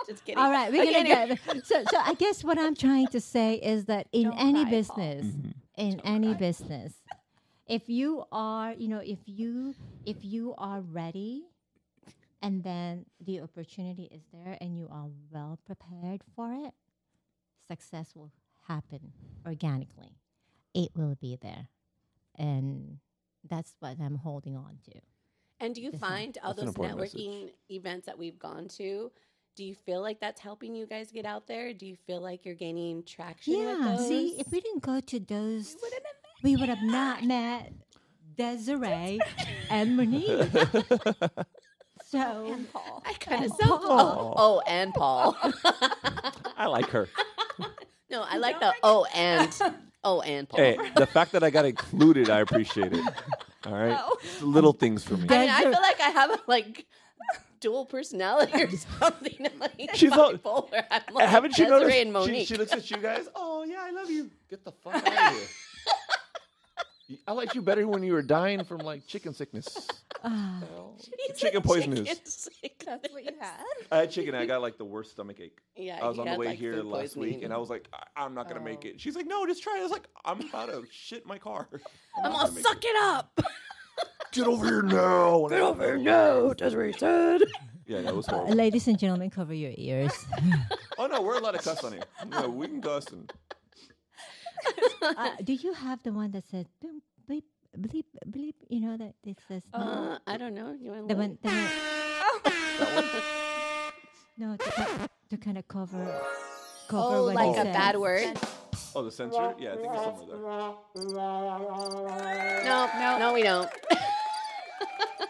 [SPEAKER 2] just kidding.
[SPEAKER 4] All right, we're
[SPEAKER 2] Okay,
[SPEAKER 4] gonna
[SPEAKER 2] anyway.
[SPEAKER 4] get so. So I guess what I'm trying to say is that in
[SPEAKER 1] Don't
[SPEAKER 4] any
[SPEAKER 1] cry, Paul.
[SPEAKER 4] business,
[SPEAKER 3] Mm-hmm.
[SPEAKER 4] in any business, if you are, you know, if you if you are ready, and then the opportunity is there, and you are well prepared for it, success will happen organically. It will be there, and that's what I'm holding on to.
[SPEAKER 2] And do you
[SPEAKER 4] Yes, ma'am.
[SPEAKER 2] find all
[SPEAKER 3] That's an
[SPEAKER 2] those
[SPEAKER 3] important
[SPEAKER 2] networking
[SPEAKER 3] message.
[SPEAKER 2] events that we've gone to? Do you feel like that's helping you guys get out there? Do you feel like you're gaining traction? with
[SPEAKER 4] Yeah,
[SPEAKER 2] those?
[SPEAKER 4] see, if we didn't go to those, we would have not met Desiree
[SPEAKER 3] [laughs]
[SPEAKER 4] and Monique. so, Oh,
[SPEAKER 1] And Paul.
[SPEAKER 2] I kind of
[SPEAKER 4] And
[SPEAKER 2] sound. Oh,
[SPEAKER 4] Paul.
[SPEAKER 2] oh, and Paul.
[SPEAKER 3] I
[SPEAKER 2] [laughs]
[SPEAKER 3] like her.
[SPEAKER 2] no, I like the oh and oh and Paul.
[SPEAKER 3] Hey, the fact that I got included, I appreciate it. All right. It's the little things for me.
[SPEAKER 2] Oh. I mean, I
[SPEAKER 4] Desert-
[SPEAKER 2] feel like I have a, like dual personality or [laughs] something. I'm, like
[SPEAKER 3] She's all-
[SPEAKER 2] bipolar. I'm
[SPEAKER 3] Uh,
[SPEAKER 2] like
[SPEAKER 3] Haven't you
[SPEAKER 2] Desiree
[SPEAKER 3] noticed?
[SPEAKER 2] And [laughs]
[SPEAKER 3] she,
[SPEAKER 2] Monique.
[SPEAKER 3] she looks at you guys. Oh yeah, I love you. Get the fuck out of
[SPEAKER 2] [laughs]
[SPEAKER 3] here. I liked you better when you were dying from like chicken sickness.
[SPEAKER 4] ah,
[SPEAKER 3] Well,
[SPEAKER 2] She's a
[SPEAKER 3] chicken poison is-
[SPEAKER 2] chicken sick.
[SPEAKER 1] That's what you had.
[SPEAKER 3] I had chicken. and I got like the worst stomach ache.
[SPEAKER 2] Yeah,
[SPEAKER 3] I was
[SPEAKER 2] you
[SPEAKER 3] on the
[SPEAKER 2] had,
[SPEAKER 3] way
[SPEAKER 2] like,
[SPEAKER 3] here
[SPEAKER 2] food
[SPEAKER 3] last week, and
[SPEAKER 2] poisoning.
[SPEAKER 3] I
[SPEAKER 2] Oh.
[SPEAKER 3] was like, I- I'm not gonna make it. She's like, No, just try it. I was like, I'm about to shit my car. [laughs]
[SPEAKER 2] I'm
[SPEAKER 3] not
[SPEAKER 2] all
[SPEAKER 3] gonna make
[SPEAKER 2] suck it up.
[SPEAKER 3] it. Get over here now. Get over here now.
[SPEAKER 2] Desiree said.
[SPEAKER 3] "Oh." Yeah, that was
[SPEAKER 4] uh,
[SPEAKER 2] [laughs]
[SPEAKER 3] horrible.
[SPEAKER 4] ladies and gentlemen, cover your ears.
[SPEAKER 3] Oh no, we're allowed to cuss on here. No, we can cuss and
[SPEAKER 4] [laughs] uh, do you have the one that says "Boom, bleep, bleep, bleep? You know that it says
[SPEAKER 2] Uh, I don't know. You want
[SPEAKER 4] Oh. the one, the [laughs] one
[SPEAKER 3] that one.
[SPEAKER 4] no, to, ki- to kind of cover, cover
[SPEAKER 2] Oh,
[SPEAKER 4] what
[SPEAKER 2] like
[SPEAKER 4] he
[SPEAKER 2] a
[SPEAKER 4] says.
[SPEAKER 2] bad word.
[SPEAKER 3] Oh, the censor. Yeah, I think it's somewhere there.
[SPEAKER 2] No, no, no, we don't.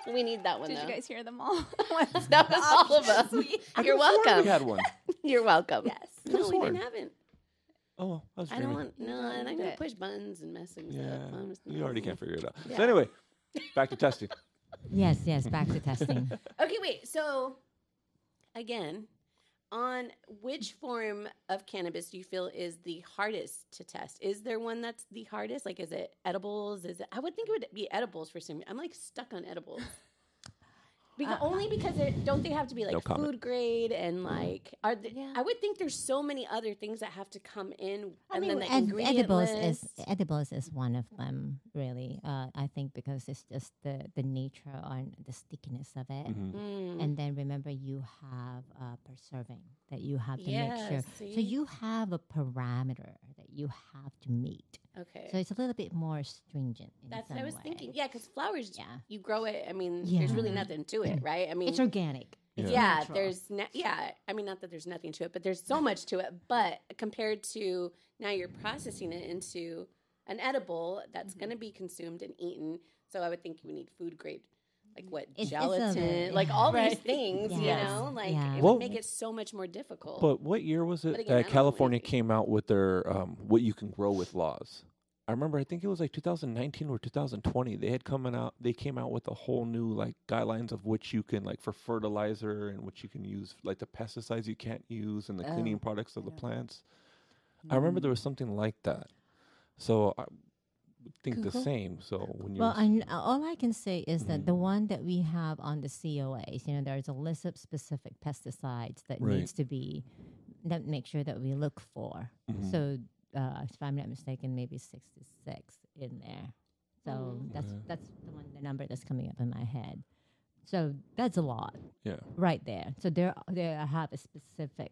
[SPEAKER 2] [laughs] we need that one
[SPEAKER 1] Did
[SPEAKER 2] though.
[SPEAKER 1] you guys hear them all? [laughs]
[SPEAKER 2] [laughs] that was all of us. [laughs] You're welcome.
[SPEAKER 3] We
[SPEAKER 2] [laughs]
[SPEAKER 3] had one.
[SPEAKER 2] You're welcome.
[SPEAKER 1] Yes.
[SPEAKER 2] No, we
[SPEAKER 3] Sworn.
[SPEAKER 2] didn't have it.
[SPEAKER 3] Oh, I was
[SPEAKER 2] I don't
[SPEAKER 3] dreaming.
[SPEAKER 2] want no, and I'm
[SPEAKER 1] need
[SPEAKER 2] gonna
[SPEAKER 1] it.
[SPEAKER 2] push buttons and mess things
[SPEAKER 3] Yeah,
[SPEAKER 2] up. I'm just
[SPEAKER 3] you
[SPEAKER 2] not-
[SPEAKER 3] already can't figure it out.
[SPEAKER 2] Yeah. [laughs]
[SPEAKER 3] So anyway, back to testing.
[SPEAKER 4] Yes, yes, back to [laughs] testing.
[SPEAKER 2] Okay, wait. So, again, on which form of cannabis do you feel is the hardest to test? Is there one that's the hardest? Like, is it edibles? Is it? I would think it would be edibles for some. I'm like stuck on
[SPEAKER 4] [sighs]
[SPEAKER 2] edibles.
[SPEAKER 4] Uh,
[SPEAKER 2] Because, only because they're- don't they have to be like
[SPEAKER 3] No comment.
[SPEAKER 2] food grade and like are they,
[SPEAKER 4] Yeah.
[SPEAKER 2] I would think there's so many other things that have to come in
[SPEAKER 4] I
[SPEAKER 2] and
[SPEAKER 4] mean,
[SPEAKER 2] then the
[SPEAKER 4] ed-
[SPEAKER 2] ingredient
[SPEAKER 4] edibles
[SPEAKER 2] list.
[SPEAKER 4] is edibles is one of them, really. Uh, I think because it's just the the nature and the stickiness of it.
[SPEAKER 3] Mhm.
[SPEAKER 2] Mm.
[SPEAKER 4] And then remember, you have uh, preserving that you have to make sure.
[SPEAKER 2] Yeah,
[SPEAKER 4] So
[SPEAKER 2] see?
[SPEAKER 4] you have a parameter that you have to meet.
[SPEAKER 2] okay.
[SPEAKER 4] So it's a little bit more stringent. In
[SPEAKER 2] Eh. That's
[SPEAKER 4] some
[SPEAKER 2] what I was
[SPEAKER 4] way.
[SPEAKER 2] thinking. Yeah, because flowers,
[SPEAKER 4] Yeah.
[SPEAKER 2] you grow it. I mean, there's really
[SPEAKER 4] Yeah.
[SPEAKER 2] nothing to it, right? I mean,
[SPEAKER 4] It's organic.
[SPEAKER 3] Yeah.
[SPEAKER 2] yeah,
[SPEAKER 4] natural.
[SPEAKER 2] there's no, yeah. I mean, not that there's nothing to it, but there's so much to it. But compared to now, you're processing it into an edible that's
[SPEAKER 4] Mm-hmm.
[SPEAKER 2] going to be consumed and eaten. So I would think you would need food grade, like what
[SPEAKER 4] It's- it's a
[SPEAKER 2] gelatin,
[SPEAKER 4] little-
[SPEAKER 2] like all these
[SPEAKER 1] Right.
[SPEAKER 2] things.
[SPEAKER 4] Yes.
[SPEAKER 2] You know, like
[SPEAKER 4] Yeah.
[SPEAKER 2] it
[SPEAKER 3] Well-
[SPEAKER 2] would make it so much more difficult.
[SPEAKER 3] But what year was it
[SPEAKER 2] again, I
[SPEAKER 3] that
[SPEAKER 2] don't
[SPEAKER 3] California
[SPEAKER 2] really-
[SPEAKER 3] came out with their um, what you can grow with laws? I remember. I think it was like 2019 or 2020. They had coming out. They came out with a whole new like guidelines of what you can like for fertilizer and what you can use, like the pesticides you can't use and the
[SPEAKER 1] Oh,
[SPEAKER 3] cleaning products of the plants. I remember there was something like that. So I would think the
[SPEAKER 2] Google?
[SPEAKER 3] same. So when you're
[SPEAKER 4] Well,
[SPEAKER 3] s- Mm-hmm.
[SPEAKER 4] I kn- all I can say is that the one that we have on the COAs, you know, there's a list of specific pesticides that
[SPEAKER 3] Right.
[SPEAKER 4] needs to be that make sure that we look for.
[SPEAKER 3] Mm-hmm.
[SPEAKER 4] So, uh, if I'm not mistaken, maybe 66 in there. So that's
[SPEAKER 3] Okay.
[SPEAKER 4] that's the one the number that's coming up in my head. So that's a lot
[SPEAKER 3] yeah,
[SPEAKER 4] right there. So there there I have a specific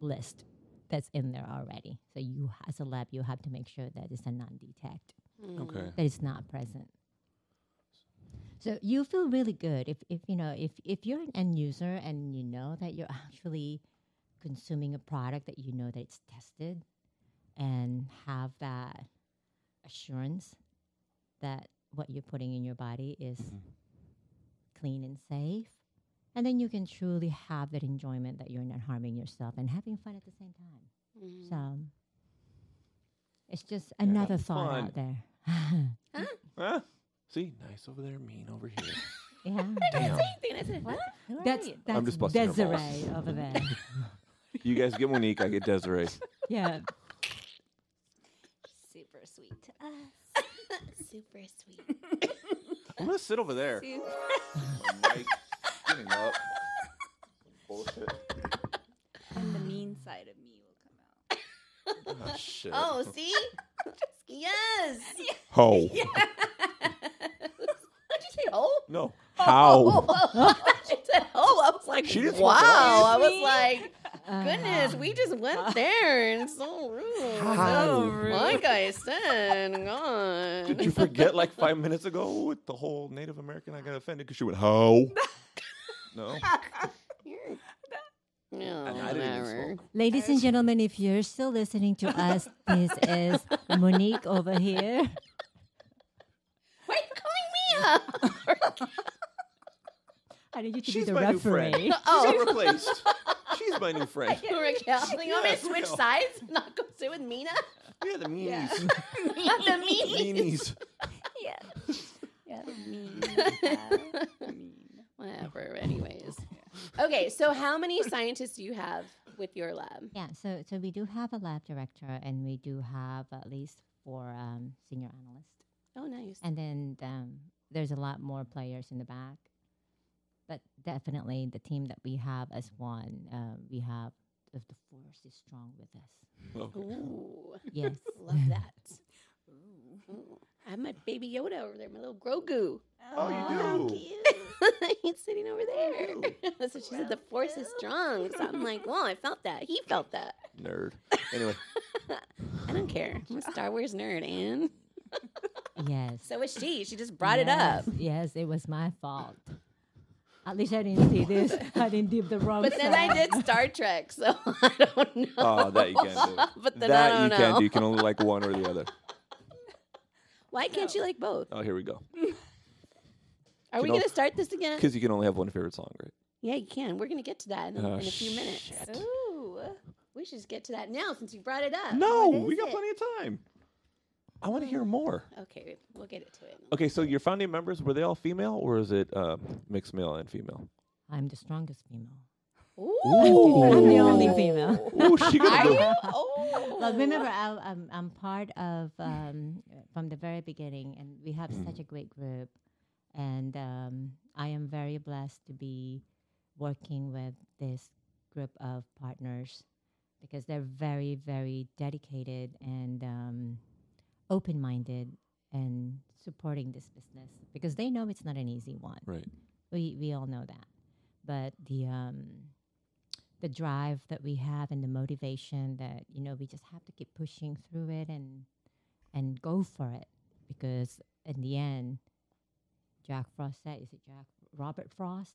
[SPEAKER 4] list that's in there already. So you as a lab you have to make sure that it's a non-detect
[SPEAKER 2] Mm-hmm.
[SPEAKER 3] okay,
[SPEAKER 4] that it's not present. So you feel really good if, if you know if, if you're an end user and you know that you're [laughs] actually consuming a product that you know that it's tested and have that assurance that what you're putting in your body is clean and safe. And then you can truly have that enjoyment that you're not harming yourself and having fun at the same time.
[SPEAKER 2] Mm.
[SPEAKER 4] So it's just
[SPEAKER 3] have
[SPEAKER 4] another thought
[SPEAKER 3] fun.
[SPEAKER 4] out there. [laughs]
[SPEAKER 3] Huh? see, nice over there, mean over here. [laughs]
[SPEAKER 4] Yeah.
[SPEAKER 3] Damn,
[SPEAKER 2] Anything, I said, huh?
[SPEAKER 4] Who are That's,
[SPEAKER 1] you?
[SPEAKER 4] that's
[SPEAKER 3] I'm just busting your balls.
[SPEAKER 4] Desiree over there.
[SPEAKER 2] [laughs]
[SPEAKER 3] you guys get Monique, I get Desiree.
[SPEAKER 4] yeah.
[SPEAKER 1] Super sweet to us.
[SPEAKER 2] [laughs] Super sweet.
[SPEAKER 3] [laughs] I'm gonna sit over there. My mic getting up.
[SPEAKER 1] [laughs]
[SPEAKER 3] Bullshit.
[SPEAKER 1] and the mean side of me will come out.
[SPEAKER 3] Oh shit. [laughs]
[SPEAKER 2] Oh, see?
[SPEAKER 4] [laughs]
[SPEAKER 2] yes. [laughs]
[SPEAKER 3] Ho.
[SPEAKER 2] What'd you say? Oh.
[SPEAKER 3] No.
[SPEAKER 2] Oh,
[SPEAKER 3] How?
[SPEAKER 2] oh, oh, oh. she said, "Oh," I was like,
[SPEAKER 3] She just
[SPEAKER 2] "Wow!"
[SPEAKER 3] went
[SPEAKER 2] I
[SPEAKER 1] off.
[SPEAKER 2] was like,
[SPEAKER 4] Uh,
[SPEAKER 2] "Goodness, we just
[SPEAKER 4] [laughs]
[SPEAKER 2] went there and so rude." Oh, Like I said,
[SPEAKER 3] Did
[SPEAKER 2] gone.
[SPEAKER 3] you forget like five minutes ago with the whole Native American? I got offended because she went
[SPEAKER 2] [laughs]
[SPEAKER 3] how. No.
[SPEAKER 2] Yeah,
[SPEAKER 3] And I didn't even
[SPEAKER 2] whatever.
[SPEAKER 3] smoke.
[SPEAKER 4] Ladies and gentlemen, if you're still listening to us, this is Monique over here.
[SPEAKER 2] Why are
[SPEAKER 3] [laughs]
[SPEAKER 2] [laughs] you calling me up?
[SPEAKER 4] I need you to
[SPEAKER 3] She's
[SPEAKER 4] be the
[SPEAKER 3] my new
[SPEAKER 2] [laughs]
[SPEAKER 3] friend.
[SPEAKER 4] referee.
[SPEAKER 2] Oh.
[SPEAKER 3] She's replaced. She's my
[SPEAKER 2] [laughs]
[SPEAKER 3] new friend.
[SPEAKER 2] Raquel, you want me to
[SPEAKER 3] Yes, [laughs]
[SPEAKER 2] switch
[SPEAKER 3] Raquel.
[SPEAKER 2] sides? Not go sit with
[SPEAKER 3] [laughs]
[SPEAKER 2] Mina? [laughs]
[SPEAKER 3] Yeah, the meanies.
[SPEAKER 2] Not the
[SPEAKER 1] [laughs]
[SPEAKER 2] me.
[SPEAKER 3] [laughs] Meanies.
[SPEAKER 1] Yeah. Yeah. Mean.
[SPEAKER 2] [laughs]
[SPEAKER 1] mean.
[SPEAKER 2] Whatever. Anyways, okay. So, how many scientists do you have with your lab?
[SPEAKER 4] yeah, so so we do have a lab director and we do have at least four um, senior analysts.
[SPEAKER 2] Oh, nice.
[SPEAKER 4] And then um, there's a lot more players in the back. But definitely the team that we have as one, um, we have the the force is strong with us.
[SPEAKER 3] Okay.
[SPEAKER 2] Ooh. [laughs]
[SPEAKER 4] Yes.
[SPEAKER 2] Love
[SPEAKER 3] [laughs]
[SPEAKER 2] that. Ooh. I have my baby Yoda over there, my little Grogu. [laughs]
[SPEAKER 3] Oh, you do.
[SPEAKER 2] He's sitting over there. [laughs] so she said the force is strong. So I'm like, well, I felt that. He felt that.
[SPEAKER 3] Nerd.
[SPEAKER 2] [laughs]
[SPEAKER 3] Anyway.
[SPEAKER 2] I don't [laughs] care. I'm a Star Wars nerd, and
[SPEAKER 4] yes.
[SPEAKER 2] so was she. She just brought it
[SPEAKER 4] Yes,
[SPEAKER 2] up.
[SPEAKER 4] Yes, it was my fault. At least I didn't see this. I didn't dip the wrong.
[SPEAKER 2] But then I
[SPEAKER 4] side.
[SPEAKER 2] did Star Trek, so [laughs] I don't know.
[SPEAKER 3] [laughs] Oh, that you can do.
[SPEAKER 2] but then
[SPEAKER 3] that
[SPEAKER 2] I don't
[SPEAKER 3] you
[SPEAKER 2] know.
[SPEAKER 3] can do. You can only like one or the other.
[SPEAKER 2] Why can't you like both?
[SPEAKER 3] Oh, here
[SPEAKER 2] [laughs]
[SPEAKER 3] we go.
[SPEAKER 2] Are we
[SPEAKER 3] Can al-
[SPEAKER 2] going to start this again?
[SPEAKER 3] Because you can only have one favorite song, right?
[SPEAKER 2] Yeah, you can. We're going to get to that in, a-
[SPEAKER 3] Oh,
[SPEAKER 2] in a few minutes.
[SPEAKER 3] shit.
[SPEAKER 1] Ooh.
[SPEAKER 2] We should just get to that now since you brought Uh, it up.
[SPEAKER 3] No,
[SPEAKER 1] What
[SPEAKER 3] we
[SPEAKER 1] is
[SPEAKER 3] got
[SPEAKER 1] it?
[SPEAKER 3] plenty of time. I want to hear more.
[SPEAKER 2] Okay, we'll get it to it.
[SPEAKER 3] Okay, so your founding members were they all female or is it um, mixed male and female?
[SPEAKER 4] I'm the strongest female.
[SPEAKER 3] Ooh.
[SPEAKER 4] I'm the only female.
[SPEAKER 3] Oh, she gonna
[SPEAKER 2] Are
[SPEAKER 3] go.
[SPEAKER 2] you?
[SPEAKER 4] [laughs]
[SPEAKER 2] Oh.
[SPEAKER 4] Well, remember, I, I'm, I'm part of um, from the very beginning, and we have such a great group. And um, I am very blessed to be working with this group of partners because they're very, very dedicated and um, open minded and supporting this business because they know it's not an easy one.
[SPEAKER 3] Right.
[SPEAKER 4] We, we all know that. But the, um, the drive that we have and the motivation that you know we just have to keep pushing through it and and go for it because in the end jack frost said is it jack robert frost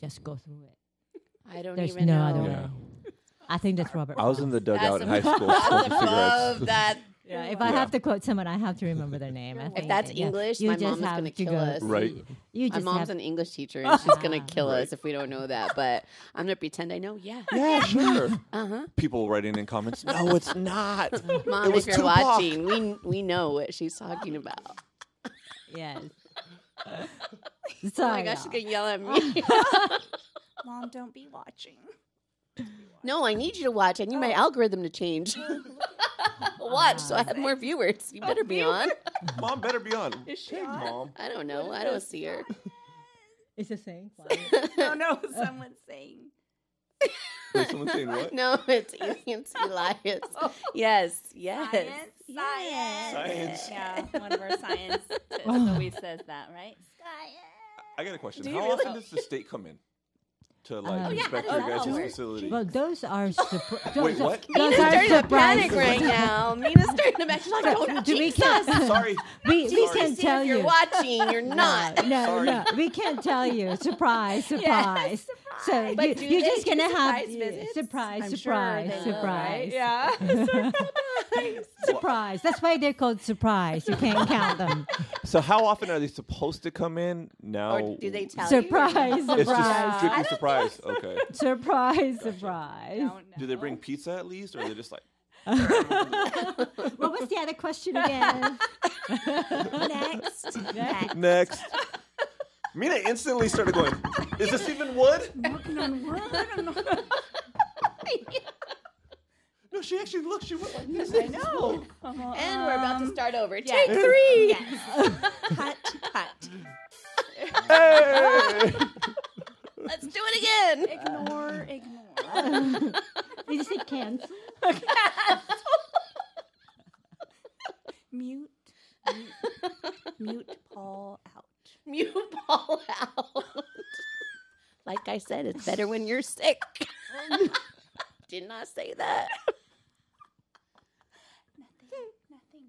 [SPEAKER 4] just go through it
[SPEAKER 2] I don't
[SPEAKER 4] there's
[SPEAKER 2] even
[SPEAKER 4] no
[SPEAKER 2] know.
[SPEAKER 4] other
[SPEAKER 3] Yeah.
[SPEAKER 4] way i think that's robert
[SPEAKER 3] I was in the
[SPEAKER 4] Frost.
[SPEAKER 3] dugout
[SPEAKER 2] That's
[SPEAKER 3] in high
[SPEAKER 2] above-
[SPEAKER 3] school.
[SPEAKER 2] That's
[SPEAKER 3] smoking [laughs] cigarettes.
[SPEAKER 2] above that.
[SPEAKER 4] yeah, if I
[SPEAKER 3] Yeah.
[SPEAKER 4] have to quote someone, I have to remember their name. I
[SPEAKER 1] If
[SPEAKER 4] think
[SPEAKER 2] that's
[SPEAKER 4] that, yeah,
[SPEAKER 2] English,
[SPEAKER 4] you
[SPEAKER 2] my
[SPEAKER 4] just
[SPEAKER 2] mom is
[SPEAKER 4] have
[SPEAKER 2] gonna
[SPEAKER 4] to
[SPEAKER 2] kill
[SPEAKER 4] go-
[SPEAKER 2] us.
[SPEAKER 3] Right.
[SPEAKER 4] You
[SPEAKER 2] My
[SPEAKER 4] just
[SPEAKER 2] mom's
[SPEAKER 4] have,
[SPEAKER 2] an English teacher, and she's gonna
[SPEAKER 4] Ah.
[SPEAKER 2] kill us if we don't know that. But I'm gonna pretend I know. Yeah.
[SPEAKER 3] Yeah, sure.
[SPEAKER 2] Uh huh.
[SPEAKER 3] People writing in comments. No, it's not.
[SPEAKER 2] Mom,
[SPEAKER 3] was
[SPEAKER 2] if you're
[SPEAKER 3] Tupac.
[SPEAKER 2] watching, we we know what she's talking
[SPEAKER 1] [laughs]
[SPEAKER 2] about.
[SPEAKER 4] [laughs]
[SPEAKER 2] [laughs]
[SPEAKER 4] yes.
[SPEAKER 2] Oh my
[SPEAKER 4] Sorry,
[SPEAKER 2] gosh, she's
[SPEAKER 4] y'all.
[SPEAKER 2] gonna yell at me. [laughs]
[SPEAKER 1] Mom, don't be watching.
[SPEAKER 2] no, I need you to watch. I need my algorithm to change. [laughs] watch so I have more viewers. You better be on.
[SPEAKER 3] [laughs] Mom better be on.
[SPEAKER 1] Is she on?
[SPEAKER 2] I don't know. I don't see her. [laughs]
[SPEAKER 4] It's a saying.
[SPEAKER 1] No, no, someone's saying.
[SPEAKER 3] Wait, someone's saying what?
[SPEAKER 2] No, it's it's Elias. Yes,
[SPEAKER 1] [laughs]
[SPEAKER 2] yes.
[SPEAKER 1] Science,
[SPEAKER 2] Yes.
[SPEAKER 1] science.
[SPEAKER 3] Science.
[SPEAKER 1] Yeah, one of our science [laughs] tips
[SPEAKER 4] Oh.
[SPEAKER 1] always says that, right?
[SPEAKER 3] I got a question.
[SPEAKER 2] Do you
[SPEAKER 3] How
[SPEAKER 2] really-
[SPEAKER 3] often does the state come in to
[SPEAKER 4] Oh,
[SPEAKER 3] like
[SPEAKER 4] yeah, how
[SPEAKER 3] inspect
[SPEAKER 1] does
[SPEAKER 3] your
[SPEAKER 1] that
[SPEAKER 3] guys'
[SPEAKER 1] all work?
[SPEAKER 3] facility?
[SPEAKER 4] Well, those are surpri- those are-
[SPEAKER 3] what?
[SPEAKER 4] Those
[SPEAKER 2] Mina's
[SPEAKER 4] are
[SPEAKER 2] starting to panic
[SPEAKER 4] surprises.
[SPEAKER 2] right now. Mina's starting to panic. She's like, "Oh, don't
[SPEAKER 4] Do we
[SPEAKER 2] jinx
[SPEAKER 4] can't-
[SPEAKER 2] us.
[SPEAKER 3] Sorry.
[SPEAKER 4] We, we
[SPEAKER 3] Sorry.
[SPEAKER 4] can't
[SPEAKER 2] See
[SPEAKER 4] tell
[SPEAKER 2] if you're
[SPEAKER 4] you.
[SPEAKER 2] watching. You're not.
[SPEAKER 4] No, no,
[SPEAKER 3] Sorry.
[SPEAKER 4] no, we can't tell you. Surprise, surprise. So
[SPEAKER 2] But
[SPEAKER 4] you,
[SPEAKER 2] do
[SPEAKER 4] you're
[SPEAKER 2] they
[SPEAKER 4] just
[SPEAKER 2] do
[SPEAKER 4] gonna have
[SPEAKER 1] surprise visits?
[SPEAKER 4] surprise,
[SPEAKER 1] I'm sure
[SPEAKER 4] surprise,
[SPEAKER 1] they will,
[SPEAKER 4] surprise,
[SPEAKER 1] right? [laughs] Yeah.
[SPEAKER 4] [laughs] surprise. That's why they're called surprise. You can't count them.
[SPEAKER 3] So how often are they supposed to come in? Now
[SPEAKER 2] Or do they tell you?
[SPEAKER 4] surprise,
[SPEAKER 3] It's
[SPEAKER 4] surprise,
[SPEAKER 3] just strictly
[SPEAKER 1] I
[SPEAKER 3] surprise. Okay.
[SPEAKER 4] surprise, surprise.
[SPEAKER 1] Don't
[SPEAKER 3] Do they
[SPEAKER 1] know.
[SPEAKER 3] bring pizza at least, or are they just like?
[SPEAKER 4] What was the other question again?
[SPEAKER 3] [laughs]
[SPEAKER 1] next? [laughs] next.
[SPEAKER 3] Next. Mina instantly started going, Is this even wood? [laughs] No, she actually looked. She went like this. I know.
[SPEAKER 2] And we're about to start over.
[SPEAKER 1] yes.
[SPEAKER 2] Take three.
[SPEAKER 1] [laughs] cut, cut.
[SPEAKER 3] Hey!
[SPEAKER 2] Let's do it again.
[SPEAKER 1] [laughs] Ignore, ignore.
[SPEAKER 4] Did you say cancel?
[SPEAKER 1] Mute, mute, mute Paul out.
[SPEAKER 2] Mute Paul [laughs] out. like I said, it's better when you're sick. [laughs] Did not say that.
[SPEAKER 1] Nothing.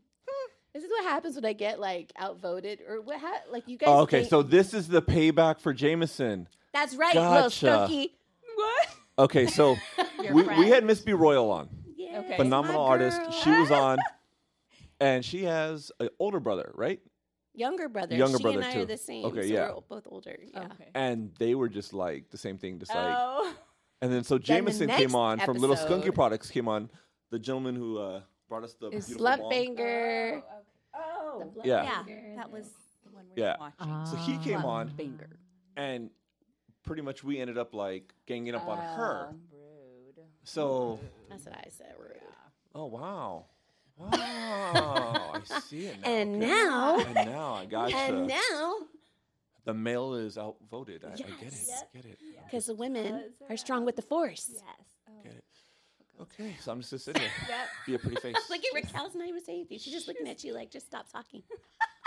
[SPEAKER 2] This is what happens when I get like outvoted or what? Ha- like you guys.
[SPEAKER 3] Oh, okay,
[SPEAKER 2] think-
[SPEAKER 3] so this is the payback for Jameson.
[SPEAKER 2] that's right,
[SPEAKER 3] Gotcha.
[SPEAKER 2] little Snooky.
[SPEAKER 1] What?
[SPEAKER 3] Okay, so
[SPEAKER 1] Your
[SPEAKER 3] we, we
[SPEAKER 1] friend.
[SPEAKER 3] had Miss B Royal on,
[SPEAKER 2] Yeah.
[SPEAKER 1] Okay. It's my
[SPEAKER 3] phenomenal artist. She was on, and she has an older brother, right?
[SPEAKER 2] Younger brother.
[SPEAKER 3] Younger
[SPEAKER 2] she
[SPEAKER 3] brother,
[SPEAKER 2] and I
[SPEAKER 3] too.
[SPEAKER 2] are the same.
[SPEAKER 3] Okay,
[SPEAKER 2] so
[SPEAKER 3] yeah.
[SPEAKER 2] We're both older. Yeah.
[SPEAKER 1] Okay.
[SPEAKER 3] And they were just like the same thing, just like.
[SPEAKER 1] oh.
[SPEAKER 3] And then so
[SPEAKER 2] the
[SPEAKER 3] Jameson came
[SPEAKER 2] next
[SPEAKER 3] on from Little
[SPEAKER 2] episode-
[SPEAKER 3] Skunky Products came on, the gentleman who uh, brought us the
[SPEAKER 2] Is
[SPEAKER 3] beautiful
[SPEAKER 2] Slut
[SPEAKER 3] mom.
[SPEAKER 2] Banger.
[SPEAKER 1] Oh.
[SPEAKER 2] The
[SPEAKER 3] Yeah.
[SPEAKER 1] Yeah,
[SPEAKER 2] Banger,
[SPEAKER 1] that
[SPEAKER 2] the-
[SPEAKER 1] was the one we
[SPEAKER 3] Yeah.
[SPEAKER 1] were
[SPEAKER 3] So
[SPEAKER 1] watching.
[SPEAKER 3] he came
[SPEAKER 4] Ah.
[SPEAKER 3] on and pretty much we ended up like ganging up on her.
[SPEAKER 1] Rude.
[SPEAKER 3] So,
[SPEAKER 2] Oh, That's what I said. Rude.
[SPEAKER 3] oh wow, wow, I see it now.
[SPEAKER 2] And
[SPEAKER 3] Okay.
[SPEAKER 2] now-
[SPEAKER 3] and now I gotcha.
[SPEAKER 2] [laughs] And now,
[SPEAKER 3] the male is outvoted. I, I get it.
[SPEAKER 2] Yes.
[SPEAKER 3] Get it.
[SPEAKER 2] because the women are strong with the force.
[SPEAKER 1] Yes. Oh.
[SPEAKER 3] Get it. Okay, so I'm just gonna sit
[SPEAKER 2] [laughs]
[SPEAKER 3] here. Be a pretty face.
[SPEAKER 2] Look at Raquel's not even saying anything. She's just looking at you like, just stop talking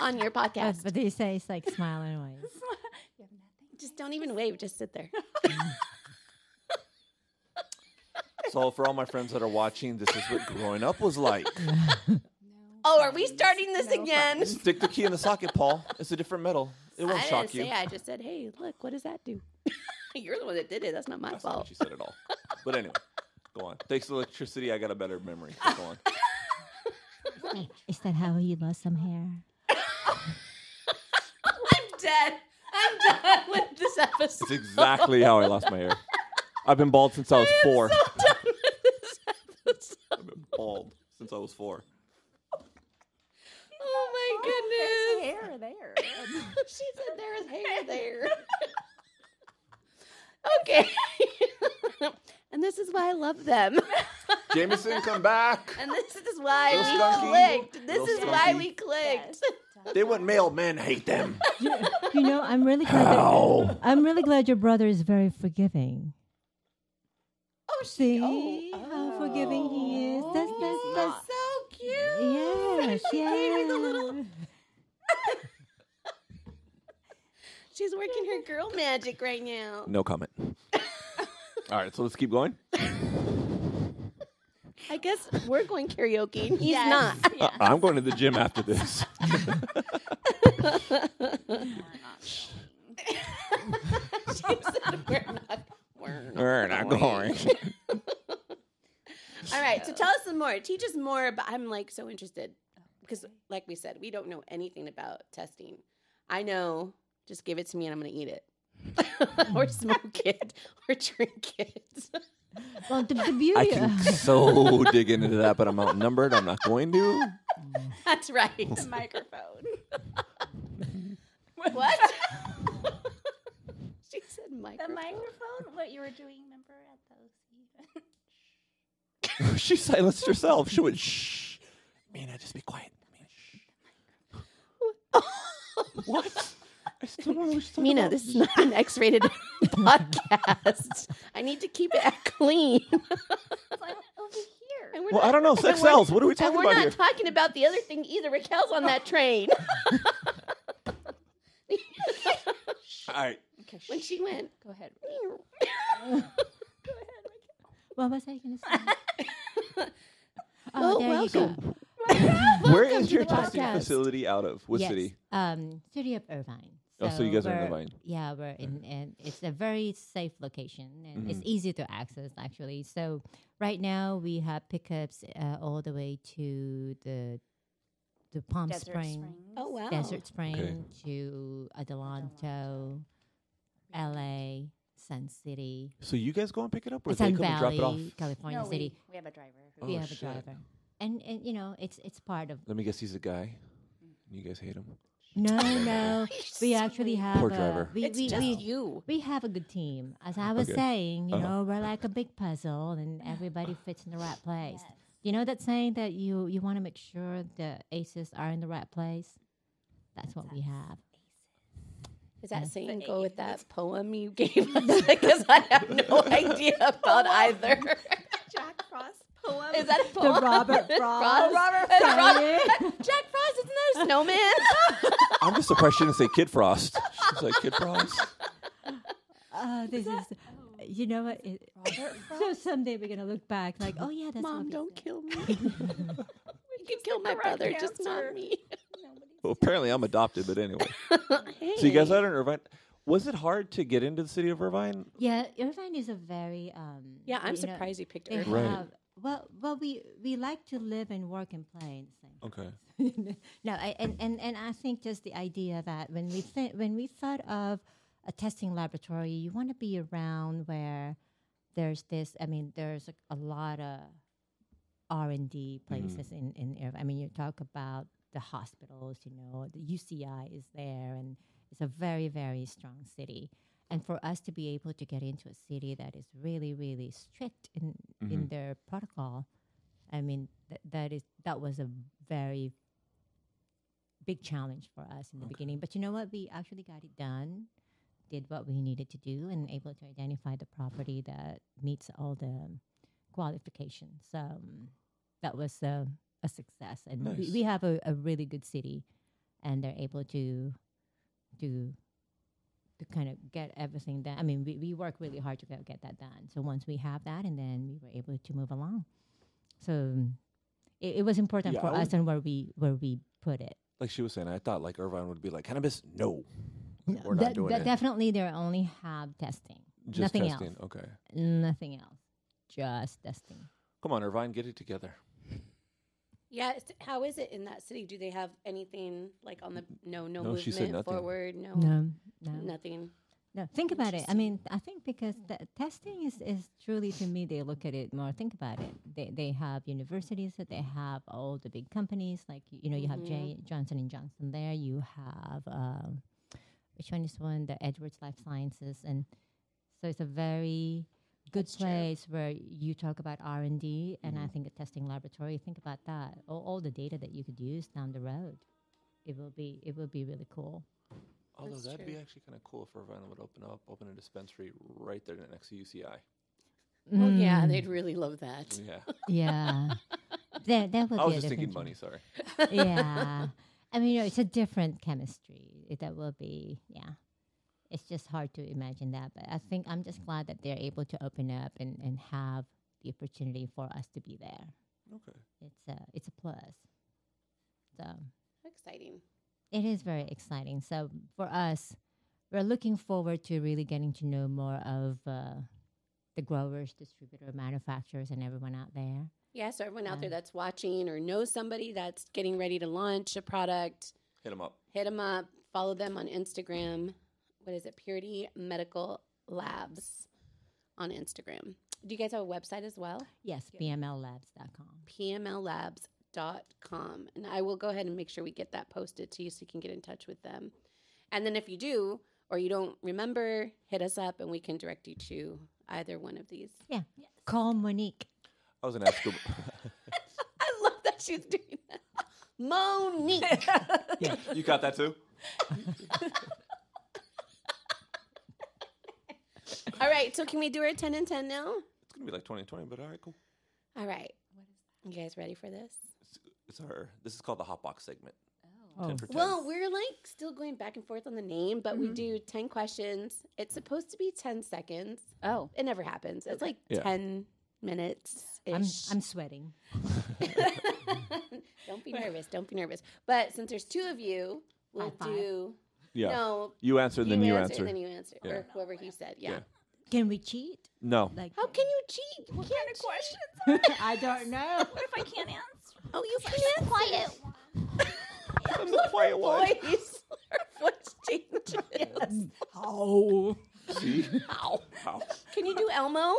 [SPEAKER 2] on your podcast.
[SPEAKER 4] That's what they say. It's like smiling away.
[SPEAKER 1] You have nothing.
[SPEAKER 2] Just don't even wave. Just sit there.
[SPEAKER 3] so for all my friends that are watching, this is what growing up was like.
[SPEAKER 1] No.
[SPEAKER 2] Oh, are we starting this
[SPEAKER 1] No
[SPEAKER 2] again?
[SPEAKER 3] Stick the key in the socket, Paul. It's a different metal. It won't
[SPEAKER 2] I
[SPEAKER 3] shock
[SPEAKER 2] didn't
[SPEAKER 3] you.
[SPEAKER 2] say. I just said, hey, look, what does that do? [laughs] You're the one that did it. That's not my
[SPEAKER 3] That's not what
[SPEAKER 2] fault.
[SPEAKER 3] she said at all. But anyway, go on. Thanks to electricity, I got a better memory. Go
[SPEAKER 2] [laughs]
[SPEAKER 3] on.
[SPEAKER 4] Is that how you lost some hair?
[SPEAKER 2] I'm dead. I'm done with this episode. [laughs]
[SPEAKER 3] It's exactly how I lost my hair. I've been bald since I was four.
[SPEAKER 2] I'm done with this episode.
[SPEAKER 3] I've been bald since I was four.
[SPEAKER 2] Oh [laughs] she said there is hair there. [laughs] okay. [laughs] and this is why I love them. [laughs]
[SPEAKER 5] Jameson, come back.
[SPEAKER 2] And this is why
[SPEAKER 5] Little
[SPEAKER 2] we
[SPEAKER 5] skunky.
[SPEAKER 2] clicked. This
[SPEAKER 5] Little
[SPEAKER 2] is why
[SPEAKER 5] skunky.
[SPEAKER 2] we [laughs] clicked.
[SPEAKER 5] They want male men hate them.
[SPEAKER 4] you know, I'm really glad. That,
[SPEAKER 5] How?
[SPEAKER 4] I'm really glad your brother is very forgiving.
[SPEAKER 2] Oh,
[SPEAKER 4] See
[SPEAKER 2] she, oh,
[SPEAKER 4] how forgiving he is. That's that's,
[SPEAKER 2] oh, that's so
[SPEAKER 4] that's
[SPEAKER 2] cute.
[SPEAKER 4] [laughs] yes,
[SPEAKER 2] She gave me the little-
[SPEAKER 4] yes.
[SPEAKER 2] She's working her girl magic right now.
[SPEAKER 3] No comment. [laughs] All right, so let's keep going.
[SPEAKER 2] I guess we're going karaoke. and He's
[SPEAKER 1] Yes.
[SPEAKER 2] not.
[SPEAKER 1] Yeah. [laughs]
[SPEAKER 3] I- Uh, I'm going to the gym after this.
[SPEAKER 1] We're not going.
[SPEAKER 2] she said we're not. We're not.
[SPEAKER 3] [laughs] We're not going.
[SPEAKER 2] All right. So tell us some more. Teach us more. But I'm like so interested
[SPEAKER 3] Oh,
[SPEAKER 2] because, like we said, we don't know anything about testing. I know. Just give it to me, and I'm going to eat it, [laughs] or smoke it, or drink it. [laughs]
[SPEAKER 4] Well, the, the beauty.
[SPEAKER 3] I can so dig into that, but I'm outnumbered. I'm not going to.
[SPEAKER 2] That's right.
[SPEAKER 1] The microphone.
[SPEAKER 2] What? she said
[SPEAKER 1] The
[SPEAKER 2] microphone.
[SPEAKER 1] microphone? What you were doing, remember, at
[SPEAKER 3] [laughs]
[SPEAKER 1] those
[SPEAKER 3] she silenced herself. She went, shh. Mina, just be quiet. Mina, shh. [laughs] What? I still don't know what she's talking
[SPEAKER 2] Mina,
[SPEAKER 3] about.
[SPEAKER 2] this is not an
[SPEAKER 3] [laughs]
[SPEAKER 2] X-rated podcast. I need to keep it clean.
[SPEAKER 1] It's like over here.
[SPEAKER 2] And we're
[SPEAKER 3] Well,
[SPEAKER 2] not-
[SPEAKER 3] I don't know.
[SPEAKER 2] and
[SPEAKER 3] Sex
[SPEAKER 2] we're-
[SPEAKER 3] sells. What are we
[SPEAKER 2] And
[SPEAKER 3] talking
[SPEAKER 2] we're
[SPEAKER 3] about
[SPEAKER 2] not
[SPEAKER 3] here?
[SPEAKER 2] talking about the other thing either. Raquel's on that
[SPEAKER 3] [laughs]
[SPEAKER 2] train.
[SPEAKER 3] All right.
[SPEAKER 1] Okay, sh-
[SPEAKER 2] when she went,
[SPEAKER 1] go ahead.
[SPEAKER 4] what was I going to say? [laughs]
[SPEAKER 2] Oh,
[SPEAKER 4] Oh,
[SPEAKER 3] Oh,
[SPEAKER 4] there
[SPEAKER 2] welcome.
[SPEAKER 4] you go.
[SPEAKER 3] Where is your
[SPEAKER 2] the
[SPEAKER 3] testing
[SPEAKER 2] podcast.
[SPEAKER 3] facility out of? What
[SPEAKER 4] yes.
[SPEAKER 3] city?
[SPEAKER 4] Um, city of Irvine.
[SPEAKER 3] Oh, so you guys are in
[SPEAKER 4] we're-
[SPEAKER 3] Irvine. Mm-hmm.
[SPEAKER 4] Yeah, we're in, and it's a very safe location, and it's easy to access actually. So right now we have pickups uh, all the way to the the Palm
[SPEAKER 1] Desert
[SPEAKER 4] Spring,
[SPEAKER 1] Springs.
[SPEAKER 2] oh wow.
[SPEAKER 4] Desert Spring to Adelanto, L.A., Sun City,
[SPEAKER 3] So you guys go and pick it up, or they
[SPEAKER 4] Sun
[SPEAKER 3] come and drop it off?
[SPEAKER 4] Valley, California
[SPEAKER 1] No,
[SPEAKER 4] City.
[SPEAKER 1] we, we have a driver.
[SPEAKER 3] Oh,
[SPEAKER 1] Who,
[SPEAKER 4] we have
[SPEAKER 3] shit.
[SPEAKER 4] a driver, and and you know it's it's part of
[SPEAKER 3] Let me guess, he's a guy. You guys hate him.
[SPEAKER 4] No,
[SPEAKER 3] [laughs]
[SPEAKER 4] no. We actually have
[SPEAKER 3] Poor
[SPEAKER 4] a,
[SPEAKER 3] driver.
[SPEAKER 4] We,
[SPEAKER 2] It's
[SPEAKER 4] we,
[SPEAKER 2] just
[SPEAKER 4] we,
[SPEAKER 2] you.
[SPEAKER 4] we have a good team. As I was
[SPEAKER 3] Okay.
[SPEAKER 4] saying, you
[SPEAKER 3] Uh-huh.
[SPEAKER 4] know, we're like a big puzzle and everybody fits in the right place. You know that saying that you, you want to make sure the aces are in the right place? That's what
[SPEAKER 2] [laughs]
[SPEAKER 4] we have.
[SPEAKER 2] Does that saying go with that poem you gave us? [laughs] Because I have no
[SPEAKER 3] [laughs]
[SPEAKER 2] idea about [laughs] either.
[SPEAKER 1] Jack Frost poem.
[SPEAKER 2] Is that a
[SPEAKER 4] [laughs]
[SPEAKER 2] poem? [laughs]
[SPEAKER 4] Robert
[SPEAKER 2] It's
[SPEAKER 4] Frost
[SPEAKER 2] Robert it's
[SPEAKER 4] [laughs]
[SPEAKER 2] Robert- Jack Frost, isn't that [laughs] a snowman?
[SPEAKER 3] I'm just surprised she didn't say Kid Frost. She's like Kid Frost.
[SPEAKER 2] Oh,
[SPEAKER 4] Uh, this is, you know what?
[SPEAKER 2] [laughs]
[SPEAKER 4] It, [laughs] so someday we're going to look back like, oh, yeah, that's
[SPEAKER 2] Mom,
[SPEAKER 4] what
[SPEAKER 2] don't kill [laughs] me. you can kill my brother, just not me.
[SPEAKER 3] Well, apparently I'm adopted, but anyway.
[SPEAKER 2] hey.
[SPEAKER 3] So you guys out in Irvine. Was it hard to get into the city of Irvine?
[SPEAKER 4] Yeah, Irvine is a very. Um,
[SPEAKER 2] Yeah, I'm
[SPEAKER 4] you know,
[SPEAKER 2] surprised you picked
[SPEAKER 4] they
[SPEAKER 2] Earth.
[SPEAKER 3] Right.
[SPEAKER 4] have- well, well, we, we like to live and work and play in the same
[SPEAKER 3] Okay.
[SPEAKER 4] [laughs] no, I, and, and, and I think just the idea that when we th- when we thought of a testing laboratory, you want to be around where there's this. I mean, there's a, a lot of R and D places in in. Irv- I mean, you talk about the hospitals. You know, the UCI is there, and it's a very very strong city. And for us to be able to get into a city that is really really strict in in their protocol, I mean, th- that is that was a very big challenge for us in the beginning. But you know what? We actually got it done, did what we needed to do, and able to identify the property that meets all the qualifications. So um, that was a, a success, and we, we
[SPEAKER 3] Nice.
[SPEAKER 4] have a, a really good city, and they're able to to to kind of get everything done. I mean, we, we work really hard to get, get that done. So once we have that, and then we were able to move along. So it, it was important
[SPEAKER 3] Yeah,
[SPEAKER 4] for
[SPEAKER 3] I
[SPEAKER 4] us and where we where we put it.
[SPEAKER 3] Like she was saying, I thought like Irvine would be like cannabis. No,
[SPEAKER 4] No,
[SPEAKER 3] we're not
[SPEAKER 4] that-
[SPEAKER 3] doing
[SPEAKER 4] that
[SPEAKER 3] it.
[SPEAKER 4] Definitely, they only have testing.
[SPEAKER 3] Just
[SPEAKER 4] Nothing
[SPEAKER 3] testing.
[SPEAKER 4] else.
[SPEAKER 3] Okay.
[SPEAKER 4] Nothing else. Just testing.
[SPEAKER 3] Come on, Irvine, get it together.
[SPEAKER 2] Yeah, it's- how is it in that city? Do they have anything like on the no no,
[SPEAKER 3] No,
[SPEAKER 2] movement
[SPEAKER 3] she said nothing.
[SPEAKER 2] forward? No,
[SPEAKER 4] No, no, no.
[SPEAKER 2] nothing.
[SPEAKER 4] Think about it. I mean, I think because
[SPEAKER 2] Hmm.
[SPEAKER 4] the testing is, is truly to me, they look at it more. Think about it. They they have universities that they have
[SPEAKER 2] Mm-hmm.
[SPEAKER 4] all the big companies like you know you have J, Johnson and Johnson there. You have um, which one is one? The Edwards Life Sciences, and so it's a very good
[SPEAKER 2] That's true. Mm-hmm.
[SPEAKER 4] place where you talk about R and D, and I think a testing laboratory. Think about that, all, all the data that you could use down the road. It will be it will be really cool.
[SPEAKER 3] Although
[SPEAKER 2] That's
[SPEAKER 3] that'd be
[SPEAKER 2] true.
[SPEAKER 3] actually kind of cool if Irvine would open up, open a dispensary right there next to [laughs] UCI.
[SPEAKER 2] Oh yeah,
[SPEAKER 4] Mm,
[SPEAKER 2] they'd really love that.
[SPEAKER 3] Yeah,
[SPEAKER 4] yeah. that that would
[SPEAKER 3] I
[SPEAKER 4] be
[SPEAKER 3] was
[SPEAKER 4] a
[SPEAKER 3] just thinking
[SPEAKER 4] different
[SPEAKER 3] money. Sorry. [laughs]
[SPEAKER 4] yeah. I mean, you know, it's a different chemistry. It- That will be, yeah. It's just hard to imagine that. But I think I'm just glad that they're able to open up and, and have the opportunity for us to be there.
[SPEAKER 3] Okay.
[SPEAKER 4] It's a, it's a plus. So
[SPEAKER 2] How exciting!
[SPEAKER 4] it is very exciting. So for us, we're looking forward to really getting to know more of uh, the growers, distributor, manufacturers, and everyone out there.
[SPEAKER 2] Yeah, so everyone out there
[SPEAKER 4] Yeah.
[SPEAKER 2] that's watching or knows somebody that's getting ready to launch a product,
[SPEAKER 3] Hit them up.
[SPEAKER 2] hit them up. Follow them on Instagram. What is it? Purity Medical Labs on Instagram. Do you guys have a website as well?
[SPEAKER 4] Yes, bmllabs.com.
[SPEAKER 2] pmllabs.com. And I will go ahead and make sure we get that posted to you so you can get in touch with them. And then if you do or you don't remember, hit us up and we can direct you to either one of these. [laughs]
[SPEAKER 4] Yeah. Call Monique.
[SPEAKER 3] I was gonna ask. ab-
[SPEAKER 2] I love that she's doing that. Monique.
[SPEAKER 3] [laughs] you got that too?
[SPEAKER 2] All right, so can we do our 10 and 10 now?
[SPEAKER 3] It's gonna be like twenty twenty, but all right, cool.
[SPEAKER 2] All right. You guys ready for this?
[SPEAKER 3] It's our. This is called the hot box segment.
[SPEAKER 4] Oh.
[SPEAKER 3] 10 for 10.
[SPEAKER 2] Well, we're like still going back and forth on the name, but we do 10 questions. It's supposed to be 10 seconds.
[SPEAKER 1] Oh,
[SPEAKER 2] It never happens. It's like
[SPEAKER 3] Yeah.
[SPEAKER 2] 10 minutes.
[SPEAKER 4] I'm, I'm sweating.
[SPEAKER 2] [laughs] Don't be nervous. Don't be nervous. But since there's two of you, we'll
[SPEAKER 4] High five.
[SPEAKER 2] do.
[SPEAKER 3] yeah.
[SPEAKER 2] No.
[SPEAKER 3] You answer, then you answer.
[SPEAKER 2] and Then you answer.
[SPEAKER 3] Yeah.
[SPEAKER 2] Or whoever he said. Yeah.
[SPEAKER 3] Yeah.
[SPEAKER 4] Can we cheat?
[SPEAKER 3] [laughs] no.
[SPEAKER 4] Like
[SPEAKER 2] How
[SPEAKER 4] [laughs]
[SPEAKER 2] can you cheat? You can't cheat.
[SPEAKER 1] questions?
[SPEAKER 4] I don't know.
[SPEAKER 1] what if I [laughs] can't
[SPEAKER 2] [laughs]
[SPEAKER 1] answer?
[SPEAKER 2] Oh, you can't.
[SPEAKER 1] Quiet.
[SPEAKER 3] I'm the
[SPEAKER 2] [laughs]
[SPEAKER 3] quiet one.
[SPEAKER 2] Voice. Her voice changes.
[SPEAKER 4] How?
[SPEAKER 3] See? How? How?
[SPEAKER 2] Can you do Elmo?
[SPEAKER 1] No.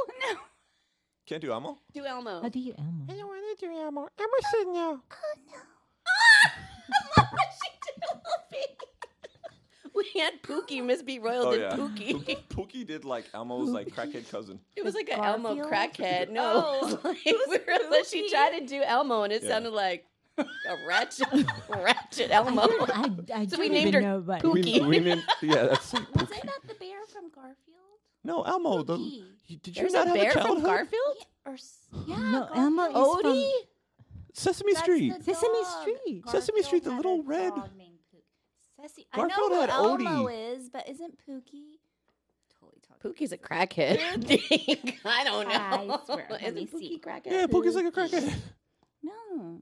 [SPEAKER 3] Can't do Elmo.
[SPEAKER 2] Do Elmo. [laughs]
[SPEAKER 4] How do you Elmo?
[SPEAKER 3] don't want to do Elmo. Emerson, no.
[SPEAKER 2] we had Pookie. Miss B. Royal
[SPEAKER 3] Oh
[SPEAKER 2] did
[SPEAKER 3] yeah.
[SPEAKER 2] Pookie.
[SPEAKER 3] Pookie, [laughs] Pookie did like Elmo's like crackhead cousin.
[SPEAKER 2] It was like an Elmo
[SPEAKER 4] Garfield?
[SPEAKER 2] crackhead. No,
[SPEAKER 1] Oh,
[SPEAKER 2] [laughs] it was like, we were- like, she
[SPEAKER 1] Pookie?
[SPEAKER 2] tried to do Elmo, and it
[SPEAKER 3] Yeah.
[SPEAKER 2] sounded like
[SPEAKER 3] [laughs]
[SPEAKER 2] a ratchet, [laughs] ratchet
[SPEAKER 4] I
[SPEAKER 2] Elmo.
[SPEAKER 4] don't, I, I
[SPEAKER 2] So
[SPEAKER 4] don't
[SPEAKER 2] we
[SPEAKER 4] even
[SPEAKER 2] named her
[SPEAKER 4] know what.
[SPEAKER 2] Pooh.
[SPEAKER 3] We,
[SPEAKER 2] Pookie.
[SPEAKER 3] we named, [laughs] yeah, that's like
[SPEAKER 6] Was
[SPEAKER 3] Pookie.
[SPEAKER 6] it not the bear from Garfield?
[SPEAKER 3] No, Elmo. Oh, The,
[SPEAKER 6] Pookie.
[SPEAKER 3] you- did
[SPEAKER 2] There's
[SPEAKER 3] you not
[SPEAKER 2] a
[SPEAKER 3] have
[SPEAKER 2] bear
[SPEAKER 3] a
[SPEAKER 2] from
[SPEAKER 3] childhood?
[SPEAKER 2] Garfield.
[SPEAKER 6] Or s- yeah,
[SPEAKER 4] No,
[SPEAKER 6] Garfield.
[SPEAKER 4] Elmo is from
[SPEAKER 2] Odie.
[SPEAKER 3] Sesame
[SPEAKER 6] That's
[SPEAKER 3] Street.
[SPEAKER 6] the
[SPEAKER 4] Sesame
[SPEAKER 6] dog.
[SPEAKER 4] Street.
[SPEAKER 6] Garfield
[SPEAKER 3] Street, the
[SPEAKER 6] had a
[SPEAKER 3] little red-
[SPEAKER 6] dog named Pooh. Sessi-
[SPEAKER 3] Garfield
[SPEAKER 6] I
[SPEAKER 3] had
[SPEAKER 6] know who Elmo
[SPEAKER 3] Odie.
[SPEAKER 6] is, but isn't Pookie? Totally talking.
[SPEAKER 2] Pookie's a crackhead. [laughs] I don't know.
[SPEAKER 6] I swear, let me
[SPEAKER 2] [laughs] Isn't
[SPEAKER 6] see.
[SPEAKER 2] Pookie crackhead?
[SPEAKER 3] yeah, Pookie's [laughs] like a crackhead.
[SPEAKER 1] No.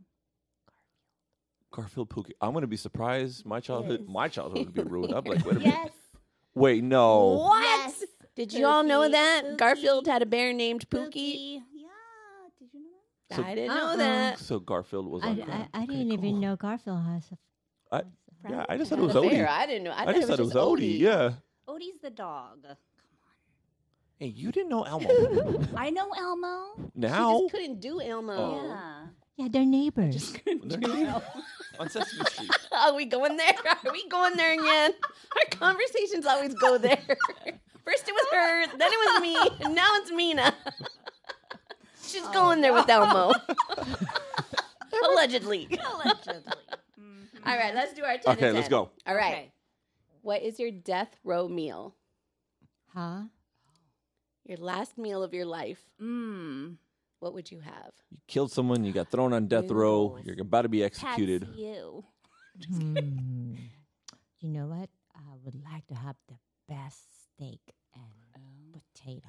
[SPEAKER 3] Garfield Pookie. I'm gonna be surprised. My childhood,
[SPEAKER 6] Yes.
[SPEAKER 3] my childhood would be ruined. I'm [laughs] like, wait a minute.
[SPEAKER 6] Yes.
[SPEAKER 3] Wait, no.
[SPEAKER 2] What?
[SPEAKER 6] Yes.
[SPEAKER 2] Did you all know
[SPEAKER 6] Pookie,
[SPEAKER 2] that
[SPEAKER 6] Pookie,
[SPEAKER 2] Garfield had a bear named Pookie?
[SPEAKER 6] Yeah. Did you know that?
[SPEAKER 3] So-
[SPEAKER 2] I didn't
[SPEAKER 4] Uh-uh.
[SPEAKER 2] know that.
[SPEAKER 3] So Garfield was
[SPEAKER 4] I,
[SPEAKER 3] like,
[SPEAKER 4] I,
[SPEAKER 3] that.
[SPEAKER 4] I
[SPEAKER 3] Okay,
[SPEAKER 4] didn't even
[SPEAKER 3] cool.
[SPEAKER 4] know Garfield has a.
[SPEAKER 3] I-
[SPEAKER 4] has a friend.
[SPEAKER 3] Yeah, I just thought
[SPEAKER 2] Not
[SPEAKER 3] it was
[SPEAKER 2] a
[SPEAKER 3] Odie.
[SPEAKER 2] bear. I didn't know. I,
[SPEAKER 3] I just thought it was Odie. Yeah.
[SPEAKER 6] Odie's the dog.
[SPEAKER 3] Hey, you didn't know [laughs] Elmo.
[SPEAKER 6] I know Elmo.
[SPEAKER 2] She
[SPEAKER 3] now
[SPEAKER 2] just couldn't do Elmo.
[SPEAKER 3] Oh.
[SPEAKER 6] Yeah.
[SPEAKER 4] Yeah,
[SPEAKER 3] [laughs]
[SPEAKER 4] they're neighbors.
[SPEAKER 3] They're neighbors. [laughs] on Sesame Street.
[SPEAKER 2] [laughs] Are we going there? [laughs] Are we going there again? [laughs] Our conversations always go there. [laughs] First it was her, then it was me, and now it's Mina. [laughs] She's going there with Elmo. [laughs] Allegedly.
[SPEAKER 6] Allegedly. Mhm.
[SPEAKER 2] All right, let's do our 10 and
[SPEAKER 3] Okay,
[SPEAKER 2] 10.
[SPEAKER 3] let's go.
[SPEAKER 2] All right.
[SPEAKER 6] Okay.
[SPEAKER 2] What is your death row meal?
[SPEAKER 4] huh?
[SPEAKER 2] Your last meal of your life?
[SPEAKER 1] Mm.
[SPEAKER 2] What would you have?
[SPEAKER 3] You killed someone. You got thrown on death row.
[SPEAKER 2] Noodles.
[SPEAKER 3] You're about to be
[SPEAKER 6] Pat's
[SPEAKER 3] executed.
[SPEAKER 6] you.
[SPEAKER 4] Hmm. You know what? I would like to have the best steak
[SPEAKER 3] Oh.
[SPEAKER 4] and potato.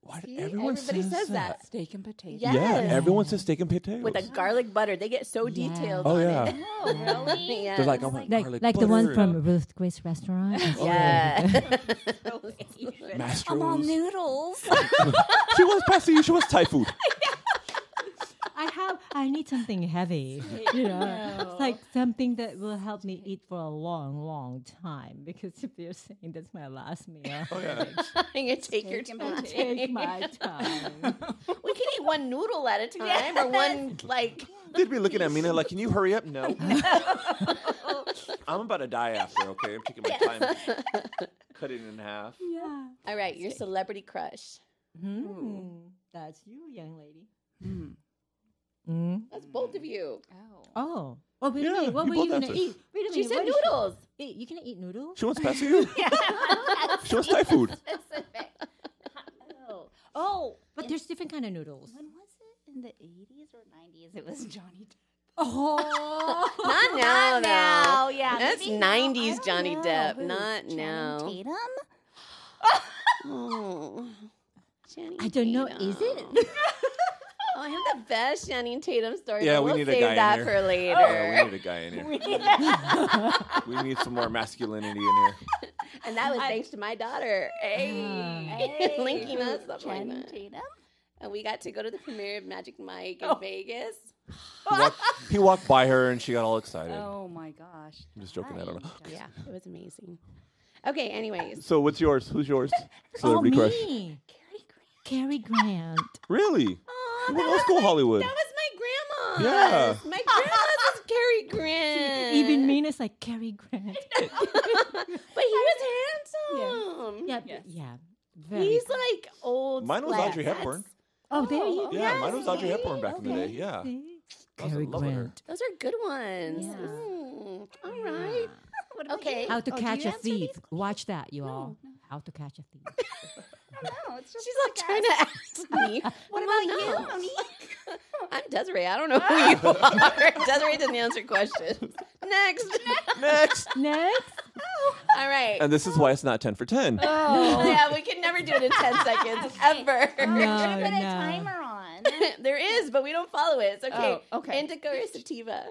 [SPEAKER 3] Why
[SPEAKER 2] See? Everybody says that.
[SPEAKER 1] Steak and potatoes.
[SPEAKER 2] Yeah.
[SPEAKER 3] Yeah,
[SPEAKER 2] Yes.
[SPEAKER 3] everyone says steak and potatoes.
[SPEAKER 2] With a garlic butter. They get so
[SPEAKER 4] Yeah.
[SPEAKER 2] detailed.
[SPEAKER 3] oh
[SPEAKER 2] on
[SPEAKER 3] yeah,
[SPEAKER 2] [laughs] It.
[SPEAKER 6] Oh, really?
[SPEAKER 2] Yeah.
[SPEAKER 3] they're like, "Oh I [laughs] want
[SPEAKER 4] Like,
[SPEAKER 3] garlic
[SPEAKER 4] like the one
[SPEAKER 3] butter
[SPEAKER 4] from Ruth Grace
[SPEAKER 3] [laughs]
[SPEAKER 4] Restaurant.
[SPEAKER 3] Oh,
[SPEAKER 2] Yeah.
[SPEAKER 3] and
[SPEAKER 6] I'm
[SPEAKER 3] Mastro's.
[SPEAKER 6] all noodles.
[SPEAKER 3] she wants pasta. You she wants Thai [laughs] food.
[SPEAKER 4] I have. I need something heavy. [laughs] You know, it's like something that will help me eat for a long, long time. Because if you're saying that's my last [laughs] meal,
[SPEAKER 3] Oh, [laughs]
[SPEAKER 2] [laughs] I'm going to take your
[SPEAKER 6] Steak and
[SPEAKER 2] time.
[SPEAKER 4] [laughs] take my time.
[SPEAKER 2] [laughs] We can eat one noodle at a time or one like
[SPEAKER 4] [laughs]
[SPEAKER 3] They'd be looking at Mina like, "Can you hurry up?" No. [laughs] I'm about to die after. Okay, I'm taking my [laughs] time. Cut it in half.
[SPEAKER 4] Yeah.
[SPEAKER 2] [laughs] All right, your celebrity crush.
[SPEAKER 4] [laughs] Hmm. That's you, young lady.
[SPEAKER 1] Mm.
[SPEAKER 4] Hmm.
[SPEAKER 2] That's both of you.
[SPEAKER 6] Oh.
[SPEAKER 4] Oh. Oh, wait a
[SPEAKER 3] Yeah,
[SPEAKER 4] minute. What
[SPEAKER 3] you
[SPEAKER 4] were you
[SPEAKER 3] both
[SPEAKER 4] going to
[SPEAKER 3] answered.
[SPEAKER 4] eat? Wait a minute.
[SPEAKER 2] She said
[SPEAKER 4] what is
[SPEAKER 2] noodles.
[SPEAKER 4] [laughs] Wait, you going to eat noodles?
[SPEAKER 3] She wants
[SPEAKER 4] [laughs]
[SPEAKER 3] Pasadena. she wants Thai food.
[SPEAKER 1] Oh. Oh.
[SPEAKER 4] But there's different kind of noodles.
[SPEAKER 1] When was it? In the 80s or 90s? It was Johnny Depp.
[SPEAKER 4] [laughs] Oh.
[SPEAKER 2] Not now,
[SPEAKER 1] Not
[SPEAKER 2] now.
[SPEAKER 1] now, yeah.
[SPEAKER 2] That's
[SPEAKER 1] maybe now. I
[SPEAKER 2] 90s
[SPEAKER 1] don't
[SPEAKER 2] Johnny
[SPEAKER 1] know.
[SPEAKER 2] Depp,
[SPEAKER 1] Who?
[SPEAKER 2] not
[SPEAKER 1] Channing
[SPEAKER 2] now. [laughs]
[SPEAKER 1] Tatum?
[SPEAKER 2] Oh. Channing
[SPEAKER 4] I don't know. Is it?
[SPEAKER 2] Tatum. Oh, I have the best Channing Tatum story.
[SPEAKER 3] Yeah,
[SPEAKER 2] but
[SPEAKER 3] we
[SPEAKER 2] we'll
[SPEAKER 3] need a
[SPEAKER 2] save
[SPEAKER 3] guy in
[SPEAKER 2] that
[SPEAKER 3] here.
[SPEAKER 2] for later.
[SPEAKER 3] [laughs] Yeah, we need a guy in here. we need some more masculinity in here.
[SPEAKER 2] and that was thanks to my daughter.
[SPEAKER 4] Ah.
[SPEAKER 2] Hey,
[SPEAKER 1] [laughs] Hey.
[SPEAKER 2] linking us up like
[SPEAKER 1] Channing
[SPEAKER 2] that.
[SPEAKER 1] Tatum?
[SPEAKER 2] And we got to go to the premiere of Magic Mike in Vegas.
[SPEAKER 3] He walked, he walked by her and she got all excited.
[SPEAKER 1] Oh my gosh.
[SPEAKER 3] I'm just joking. I don't know.
[SPEAKER 2] Oh, Yeah, it was amazing. Okay, anyways,
[SPEAKER 3] So what's yours? Who's
[SPEAKER 4] [laughs]
[SPEAKER 3] yours?
[SPEAKER 4] oh,
[SPEAKER 3] Celebrity crush.
[SPEAKER 4] me. Cary Grant.
[SPEAKER 3] Really?
[SPEAKER 2] oh,
[SPEAKER 3] You went old school Hollywood.
[SPEAKER 2] That was my grandma.
[SPEAKER 3] Yeah.
[SPEAKER 2] my grandma's is [laughs] Cary Grant.
[SPEAKER 4] Even mean is like Cary Grant.
[SPEAKER 2] [laughs] but he was handsome.
[SPEAKER 4] Yeah.
[SPEAKER 1] Yes.
[SPEAKER 4] Yeah. Very.
[SPEAKER 2] He's like old.
[SPEAKER 3] Mine was
[SPEAKER 2] slap.
[SPEAKER 3] Audrey Hepburn.
[SPEAKER 4] oh, there you go.
[SPEAKER 3] Yeah,
[SPEAKER 2] Yes,
[SPEAKER 3] mine was Audrey
[SPEAKER 2] see?
[SPEAKER 3] Hepburn back in the day.
[SPEAKER 4] Okay.
[SPEAKER 3] Yeah.
[SPEAKER 4] See?
[SPEAKER 3] I was
[SPEAKER 4] Cary
[SPEAKER 3] in love with her.
[SPEAKER 4] Grant.
[SPEAKER 2] Those are good ones.
[SPEAKER 4] Yeah.
[SPEAKER 2] Mm, all right.
[SPEAKER 1] What am I
[SPEAKER 2] Okay.
[SPEAKER 1] doing?
[SPEAKER 4] How to
[SPEAKER 1] Oh, do
[SPEAKER 4] catch
[SPEAKER 1] you
[SPEAKER 4] a
[SPEAKER 1] answer these?
[SPEAKER 4] thief. Watch that, you all. How to catch a thief.
[SPEAKER 1] I don't know. It's just
[SPEAKER 2] She's
[SPEAKER 1] like
[SPEAKER 2] like trying to [laughs] ask me. Well,
[SPEAKER 1] What about you,
[SPEAKER 2] no.
[SPEAKER 1] Monique?
[SPEAKER 2] I'm Desiree. I don't know who you [laughs] are. Desiree didn't answer questions. Next.
[SPEAKER 3] Next.
[SPEAKER 4] Next.
[SPEAKER 2] All right.
[SPEAKER 3] [laughs] And this is why it's not ten for
[SPEAKER 2] [laughs]
[SPEAKER 3] ten.
[SPEAKER 2] Yeah, we can never do it in 10 seconds, ever.
[SPEAKER 4] No,
[SPEAKER 1] Should have put
[SPEAKER 4] no.
[SPEAKER 1] a timer on.
[SPEAKER 2] [laughs] there is, but we don't follow it. It's okay.
[SPEAKER 1] Oh, okay.
[SPEAKER 2] Indica or sativa?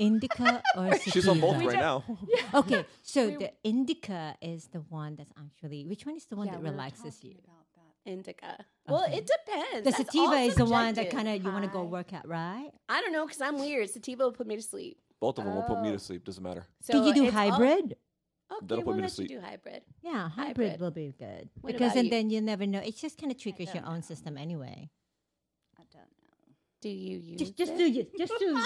[SPEAKER 4] Indica or sativa?
[SPEAKER 3] [laughs] She's on both right now.
[SPEAKER 4] [laughs] Okay, so the indica is the one that's actually. Which one is the one
[SPEAKER 1] Yeah,
[SPEAKER 4] that
[SPEAKER 1] we were
[SPEAKER 4] relaxes
[SPEAKER 1] talking
[SPEAKER 4] you?
[SPEAKER 1] about that.
[SPEAKER 2] Indica. Well,
[SPEAKER 4] Okay.
[SPEAKER 2] it depends.
[SPEAKER 4] The
[SPEAKER 2] That's
[SPEAKER 4] sativa
[SPEAKER 2] all
[SPEAKER 4] is the one that
[SPEAKER 2] subjective.
[SPEAKER 4] kind of you want to go
[SPEAKER 1] Hi.
[SPEAKER 4] work at, right?
[SPEAKER 2] I don't know because I'm weird. Sativa will put me to sleep.
[SPEAKER 3] Both of them will put me
[SPEAKER 1] Oh.
[SPEAKER 3] to sleep. Doesn't matter.
[SPEAKER 2] So
[SPEAKER 4] Can you do
[SPEAKER 2] it's all-
[SPEAKER 4] hybrid?
[SPEAKER 2] okay,
[SPEAKER 3] That'll put
[SPEAKER 2] we'll
[SPEAKER 3] me to
[SPEAKER 2] let
[SPEAKER 3] sleep.
[SPEAKER 2] You do hybrid.
[SPEAKER 4] Yeah, hybrid,
[SPEAKER 2] hybrid.
[SPEAKER 4] will be good
[SPEAKER 2] What
[SPEAKER 4] because
[SPEAKER 2] about
[SPEAKER 4] and
[SPEAKER 2] you?
[SPEAKER 4] then you never know. It just kind of triggers your
[SPEAKER 1] don't
[SPEAKER 4] own system anyway.
[SPEAKER 1] I don't know.
[SPEAKER 2] Do you use
[SPEAKER 4] Just, just
[SPEAKER 2] it?
[SPEAKER 4] do [laughs] it. Just do.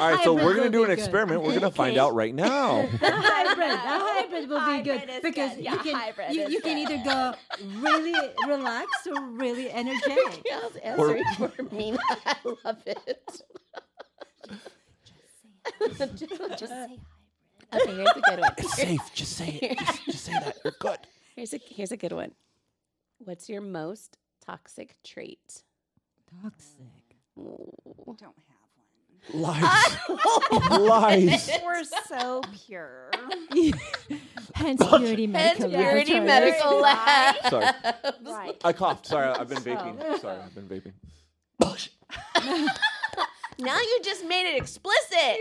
[SPEAKER 3] All right, so we're gonna do an experiment. We're gonna find out
[SPEAKER 2] [laughs]
[SPEAKER 3] right now.
[SPEAKER 4] The hybrid,
[SPEAKER 1] [laughs]
[SPEAKER 4] the hybrid will be good
[SPEAKER 1] Hybrid is
[SPEAKER 4] because
[SPEAKER 1] good.
[SPEAKER 4] you
[SPEAKER 1] Yeah,
[SPEAKER 4] can
[SPEAKER 1] hybrid
[SPEAKER 4] you,
[SPEAKER 1] is
[SPEAKER 4] you can
[SPEAKER 1] good.
[SPEAKER 4] either go really relaxed or really energetic.
[SPEAKER 1] [laughs]
[SPEAKER 2] Kyle's
[SPEAKER 3] Or-
[SPEAKER 2] answering for me. [laughs] I love it. [laughs]
[SPEAKER 1] Just say hybrid.
[SPEAKER 2] Okay, here's a good one.
[SPEAKER 3] Safe. Just say it. Just, just say that. You're good.
[SPEAKER 2] Here's a here's a good one. What's your most toxic trait?
[SPEAKER 4] Toxic.
[SPEAKER 2] Ooh.
[SPEAKER 1] Don't
[SPEAKER 2] [laughs]
[SPEAKER 1] have
[SPEAKER 3] Lies. Lies.
[SPEAKER 1] one.
[SPEAKER 6] [laughs]
[SPEAKER 1] We're so pure.
[SPEAKER 4] Hence purity
[SPEAKER 2] Pens
[SPEAKER 4] medical.
[SPEAKER 2] Purity
[SPEAKER 4] Laboratory.
[SPEAKER 2] Medical Lab.
[SPEAKER 3] Sorry.
[SPEAKER 6] [laughs]
[SPEAKER 1] right.
[SPEAKER 3] I coughed. Sorry, I've been vaping. Sorry, I've been vaping.
[SPEAKER 2] Now you just made it explicit.
[SPEAKER 1] [laughs]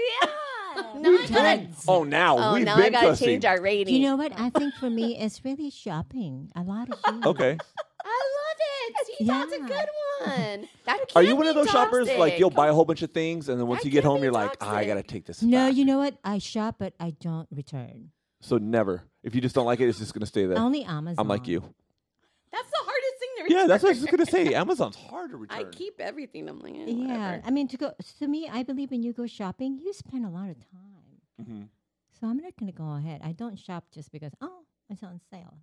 [SPEAKER 1] Yeah.
[SPEAKER 2] Now I gotta,
[SPEAKER 4] Tons.
[SPEAKER 3] Oh, now
[SPEAKER 2] oh,
[SPEAKER 3] we've
[SPEAKER 2] now I
[SPEAKER 3] been
[SPEAKER 2] gotta
[SPEAKER 3] cussing.
[SPEAKER 2] change our rating.
[SPEAKER 4] You know what? I think for
[SPEAKER 1] [laughs]
[SPEAKER 4] me, it's really shopping. A lot of
[SPEAKER 3] [laughs]
[SPEAKER 4] shoes.
[SPEAKER 3] okay.
[SPEAKER 2] I love it. See, That's a
[SPEAKER 4] Yeah.
[SPEAKER 2] good one. That
[SPEAKER 3] Are
[SPEAKER 2] can
[SPEAKER 3] you one of
[SPEAKER 2] be
[SPEAKER 3] those shoppers like
[SPEAKER 2] toxic.
[SPEAKER 3] you'll buy a whole bunch of things and then once
[SPEAKER 2] That
[SPEAKER 3] you get
[SPEAKER 2] can
[SPEAKER 3] home
[SPEAKER 2] be
[SPEAKER 3] you're like, "Ah, I
[SPEAKER 2] toxic.
[SPEAKER 3] gotta take this.
[SPEAKER 4] No,
[SPEAKER 3] back."
[SPEAKER 4] you know what? I shop, but I don't return.
[SPEAKER 3] So never. If you just don't like it, it's just gonna stay there.
[SPEAKER 4] Only Amazon.
[SPEAKER 3] I'm like you.
[SPEAKER 2] That's the hardest thing to return.
[SPEAKER 3] Yeah, that's what I was just
[SPEAKER 2] [laughs]
[SPEAKER 3] gonna say. Amazon's hard to
[SPEAKER 2] I
[SPEAKER 3] return.
[SPEAKER 2] keep everything. I'm like, eh,
[SPEAKER 4] Yeah,
[SPEAKER 2] whatever.
[SPEAKER 4] I mean, to go to me, I believe when you go shopping, you spend a lot of time.
[SPEAKER 3] Mhm.
[SPEAKER 4] So I'm not going to go ahead. I don't shop just because oh, it's on sale.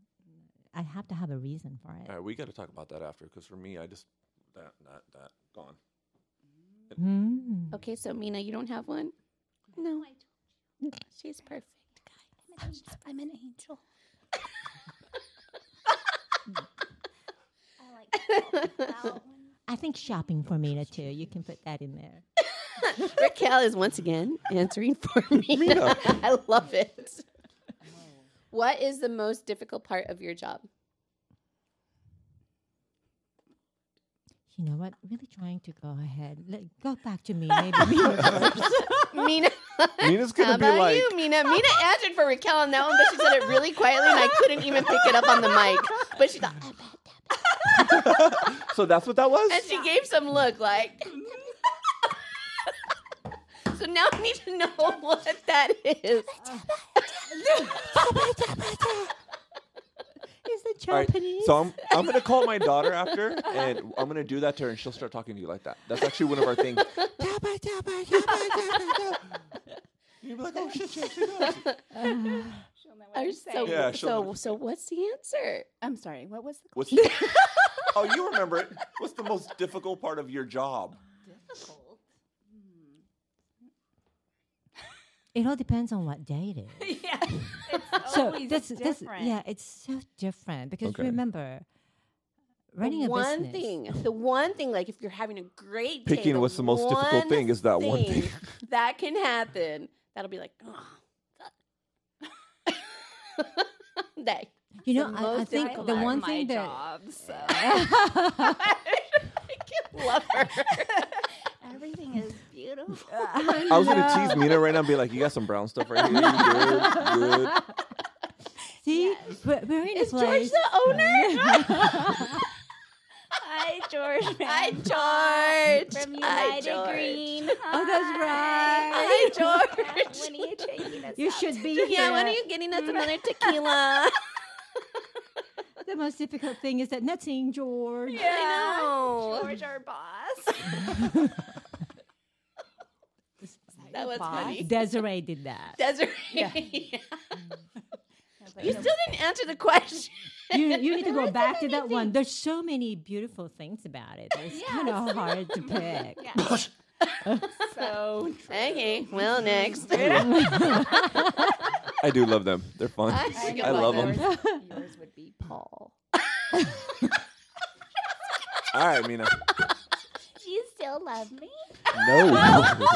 [SPEAKER 4] I have to have a reason for it.
[SPEAKER 3] All right, we got to talk about that after because for me, I just that that that [laughs] gone.
[SPEAKER 4] Mm.
[SPEAKER 2] Okay, so Mina, you don't have one. No, I don't. She's [laughs] perfect.
[SPEAKER 1] I'm an angel. I'm an angel. [laughs] I like that one.
[SPEAKER 4] I think shopping for Mina too. You can put that in there.
[SPEAKER 2] Raquel is once again answering
[SPEAKER 3] [laughs]
[SPEAKER 2] for Mina. [laughs] I love it. What is the most difficult part of your
[SPEAKER 3] [laughs]
[SPEAKER 2] job?
[SPEAKER 4] You know what? Really trying to go ahead. Let, go back to me, maybe.
[SPEAKER 3] [laughs]
[SPEAKER 4] Mina first.
[SPEAKER 2] Mina,
[SPEAKER 3] Mina's
[SPEAKER 2] how
[SPEAKER 3] gonna be
[SPEAKER 2] about
[SPEAKER 3] like,
[SPEAKER 2] you, Mina? Mina answered for Raquel on that one, but she said it really quietly, and I couldn't even pick it up on the mic. But she thought,
[SPEAKER 3] [laughs] so that's what that was.
[SPEAKER 2] and she gave some look like. so now I need to know [laughs] what that
[SPEAKER 4] [laughs]
[SPEAKER 2] is.
[SPEAKER 4] Is it
[SPEAKER 3] All right,
[SPEAKER 4] Japanese?
[SPEAKER 3] so I'm I'm gonna call my
[SPEAKER 2] [laughs]
[SPEAKER 3] daughter after, and I'm gonna do that to her, and she'll start
[SPEAKER 2] [laughs]
[SPEAKER 3] talking to you like that. That's actually one of our things. You'd be like, oh shit, shit, shit, shit. [laughs]
[SPEAKER 1] [laughs] She'll know what
[SPEAKER 2] Are
[SPEAKER 1] I'm
[SPEAKER 2] so
[SPEAKER 1] saying.
[SPEAKER 3] Yeah, she'll know what
[SPEAKER 2] so so.
[SPEAKER 3] you're
[SPEAKER 2] What's the answer?
[SPEAKER 1] I'm sorry. What was the
[SPEAKER 2] [laughs]
[SPEAKER 3] What's oh, you remember it? What's the most difficult part of your job?
[SPEAKER 1] difficult?
[SPEAKER 4] [sighs] It all depends on what day it is.
[SPEAKER 1] yeah, it's
[SPEAKER 4] so
[SPEAKER 1] always
[SPEAKER 4] that's that's
[SPEAKER 1] different.
[SPEAKER 4] yeah, it's so different because
[SPEAKER 3] Okay.
[SPEAKER 4] remember, running
[SPEAKER 2] the
[SPEAKER 4] a
[SPEAKER 2] one
[SPEAKER 4] business.
[SPEAKER 2] thing, the one thing, like if you're having a great day,
[SPEAKER 3] Picking what's the most difficult thing is that one thing.
[SPEAKER 2] that can happen. That'll be like, oh, [laughs] that.
[SPEAKER 4] You know,
[SPEAKER 2] the
[SPEAKER 4] I, I
[SPEAKER 2] most
[SPEAKER 4] think
[SPEAKER 2] difficult
[SPEAKER 4] the
[SPEAKER 2] part
[SPEAKER 4] one
[SPEAKER 6] my
[SPEAKER 4] thing that [laughs]
[SPEAKER 6] job, so
[SPEAKER 2] I can't [laughs] love her.
[SPEAKER 6] everything is
[SPEAKER 1] [laughs]
[SPEAKER 6] beautiful.
[SPEAKER 3] I was gonna tease Mina right now and be like, "You got some brown stuff right here. You Good, good.
[SPEAKER 4] see, we're, we're in
[SPEAKER 2] Is
[SPEAKER 4] a
[SPEAKER 2] George
[SPEAKER 4] place.
[SPEAKER 2] the owner?
[SPEAKER 6] [laughs] Hi,
[SPEAKER 1] [laughs]
[SPEAKER 6] George.
[SPEAKER 2] Hi,
[SPEAKER 6] Van
[SPEAKER 2] George.
[SPEAKER 6] From
[SPEAKER 2] [laughs] Hi,
[SPEAKER 6] United
[SPEAKER 2] George.
[SPEAKER 6] Green.
[SPEAKER 4] Oh, that's
[SPEAKER 2] Hi,
[SPEAKER 4] right.
[SPEAKER 1] [laughs]
[SPEAKER 2] George.
[SPEAKER 6] When are you taking us
[SPEAKER 4] You
[SPEAKER 6] out
[SPEAKER 4] should
[SPEAKER 6] to
[SPEAKER 4] be
[SPEAKER 6] dinner?
[SPEAKER 4] here.
[SPEAKER 2] [laughs] [laughs] Yeah, when are you getting
[SPEAKER 6] Mm.
[SPEAKER 2] us
[SPEAKER 6] [laughs]
[SPEAKER 2] another tequila?
[SPEAKER 4] The most difficult thing is that not seeing George.
[SPEAKER 6] Yeah.
[SPEAKER 2] know.
[SPEAKER 6] George, our
[SPEAKER 1] [laughs]
[SPEAKER 6] boss.
[SPEAKER 2] That was funny.
[SPEAKER 4] [laughs] Desiree
[SPEAKER 2] [laughs]
[SPEAKER 4] did that.
[SPEAKER 2] Desiree.
[SPEAKER 6] Mm.
[SPEAKER 2] You still didn't answer the question.
[SPEAKER 6] [laughs]
[SPEAKER 4] you, you need to go back to that one. There's so many beautiful things about it. It's kind of hard
[SPEAKER 2] [laughs]
[SPEAKER 4] to pick.
[SPEAKER 6] [laughs] so
[SPEAKER 2] Okay, well, next.
[SPEAKER 6] Mm.
[SPEAKER 3] I do love them. They're fun.
[SPEAKER 2] I
[SPEAKER 3] I,
[SPEAKER 2] love
[SPEAKER 3] love
[SPEAKER 2] them.
[SPEAKER 3] them.
[SPEAKER 1] Yours, yours would be Paul.
[SPEAKER 3] All right, Mina.
[SPEAKER 6] do you still love me?
[SPEAKER 3] [laughs] No.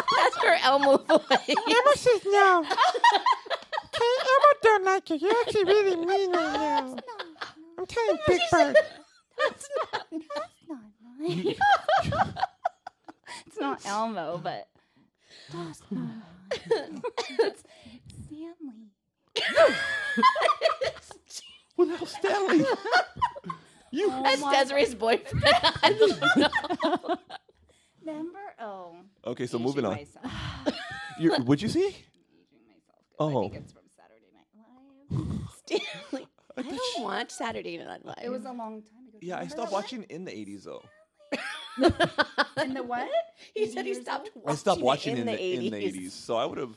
[SPEAKER 2] [laughs] That's her Elmo voice.
[SPEAKER 7] Emma says no. Okay, Elmo don't like you. You're actually really mean right now. I'm telling Big Bird.
[SPEAKER 2] That's not.
[SPEAKER 6] Not mine.
[SPEAKER 1] It's not Elmo, but [sighs]
[SPEAKER 6] That's not mine. it's Stanley.
[SPEAKER 3] Without Stanley.
[SPEAKER 2] [laughs] That's Desiree's
[SPEAKER 6] [laughs]
[SPEAKER 2] boyfriend. I don't know.
[SPEAKER 6] Remember? Oh.
[SPEAKER 3] Okay, so
[SPEAKER 1] aging
[SPEAKER 3] moving on.
[SPEAKER 1] myself. [sighs]
[SPEAKER 3] you would you see?
[SPEAKER 1] Aging myself. 'cause I
[SPEAKER 3] Oh.
[SPEAKER 1] think it's from Saturday Night Live.
[SPEAKER 2] Stanley. I don't watch Saturday Night Live. [laughs]
[SPEAKER 1] It was a long time ago. Do you
[SPEAKER 3] Yeah, I
[SPEAKER 1] remember
[SPEAKER 3] stopped
[SPEAKER 1] that one?
[SPEAKER 3] watching in the '80s though.
[SPEAKER 1] In the what?
[SPEAKER 2] he said he stopped watching.
[SPEAKER 3] I stopped
[SPEAKER 2] it
[SPEAKER 3] watching
[SPEAKER 2] in, the, 80s.
[SPEAKER 3] in the '80s, so I would have.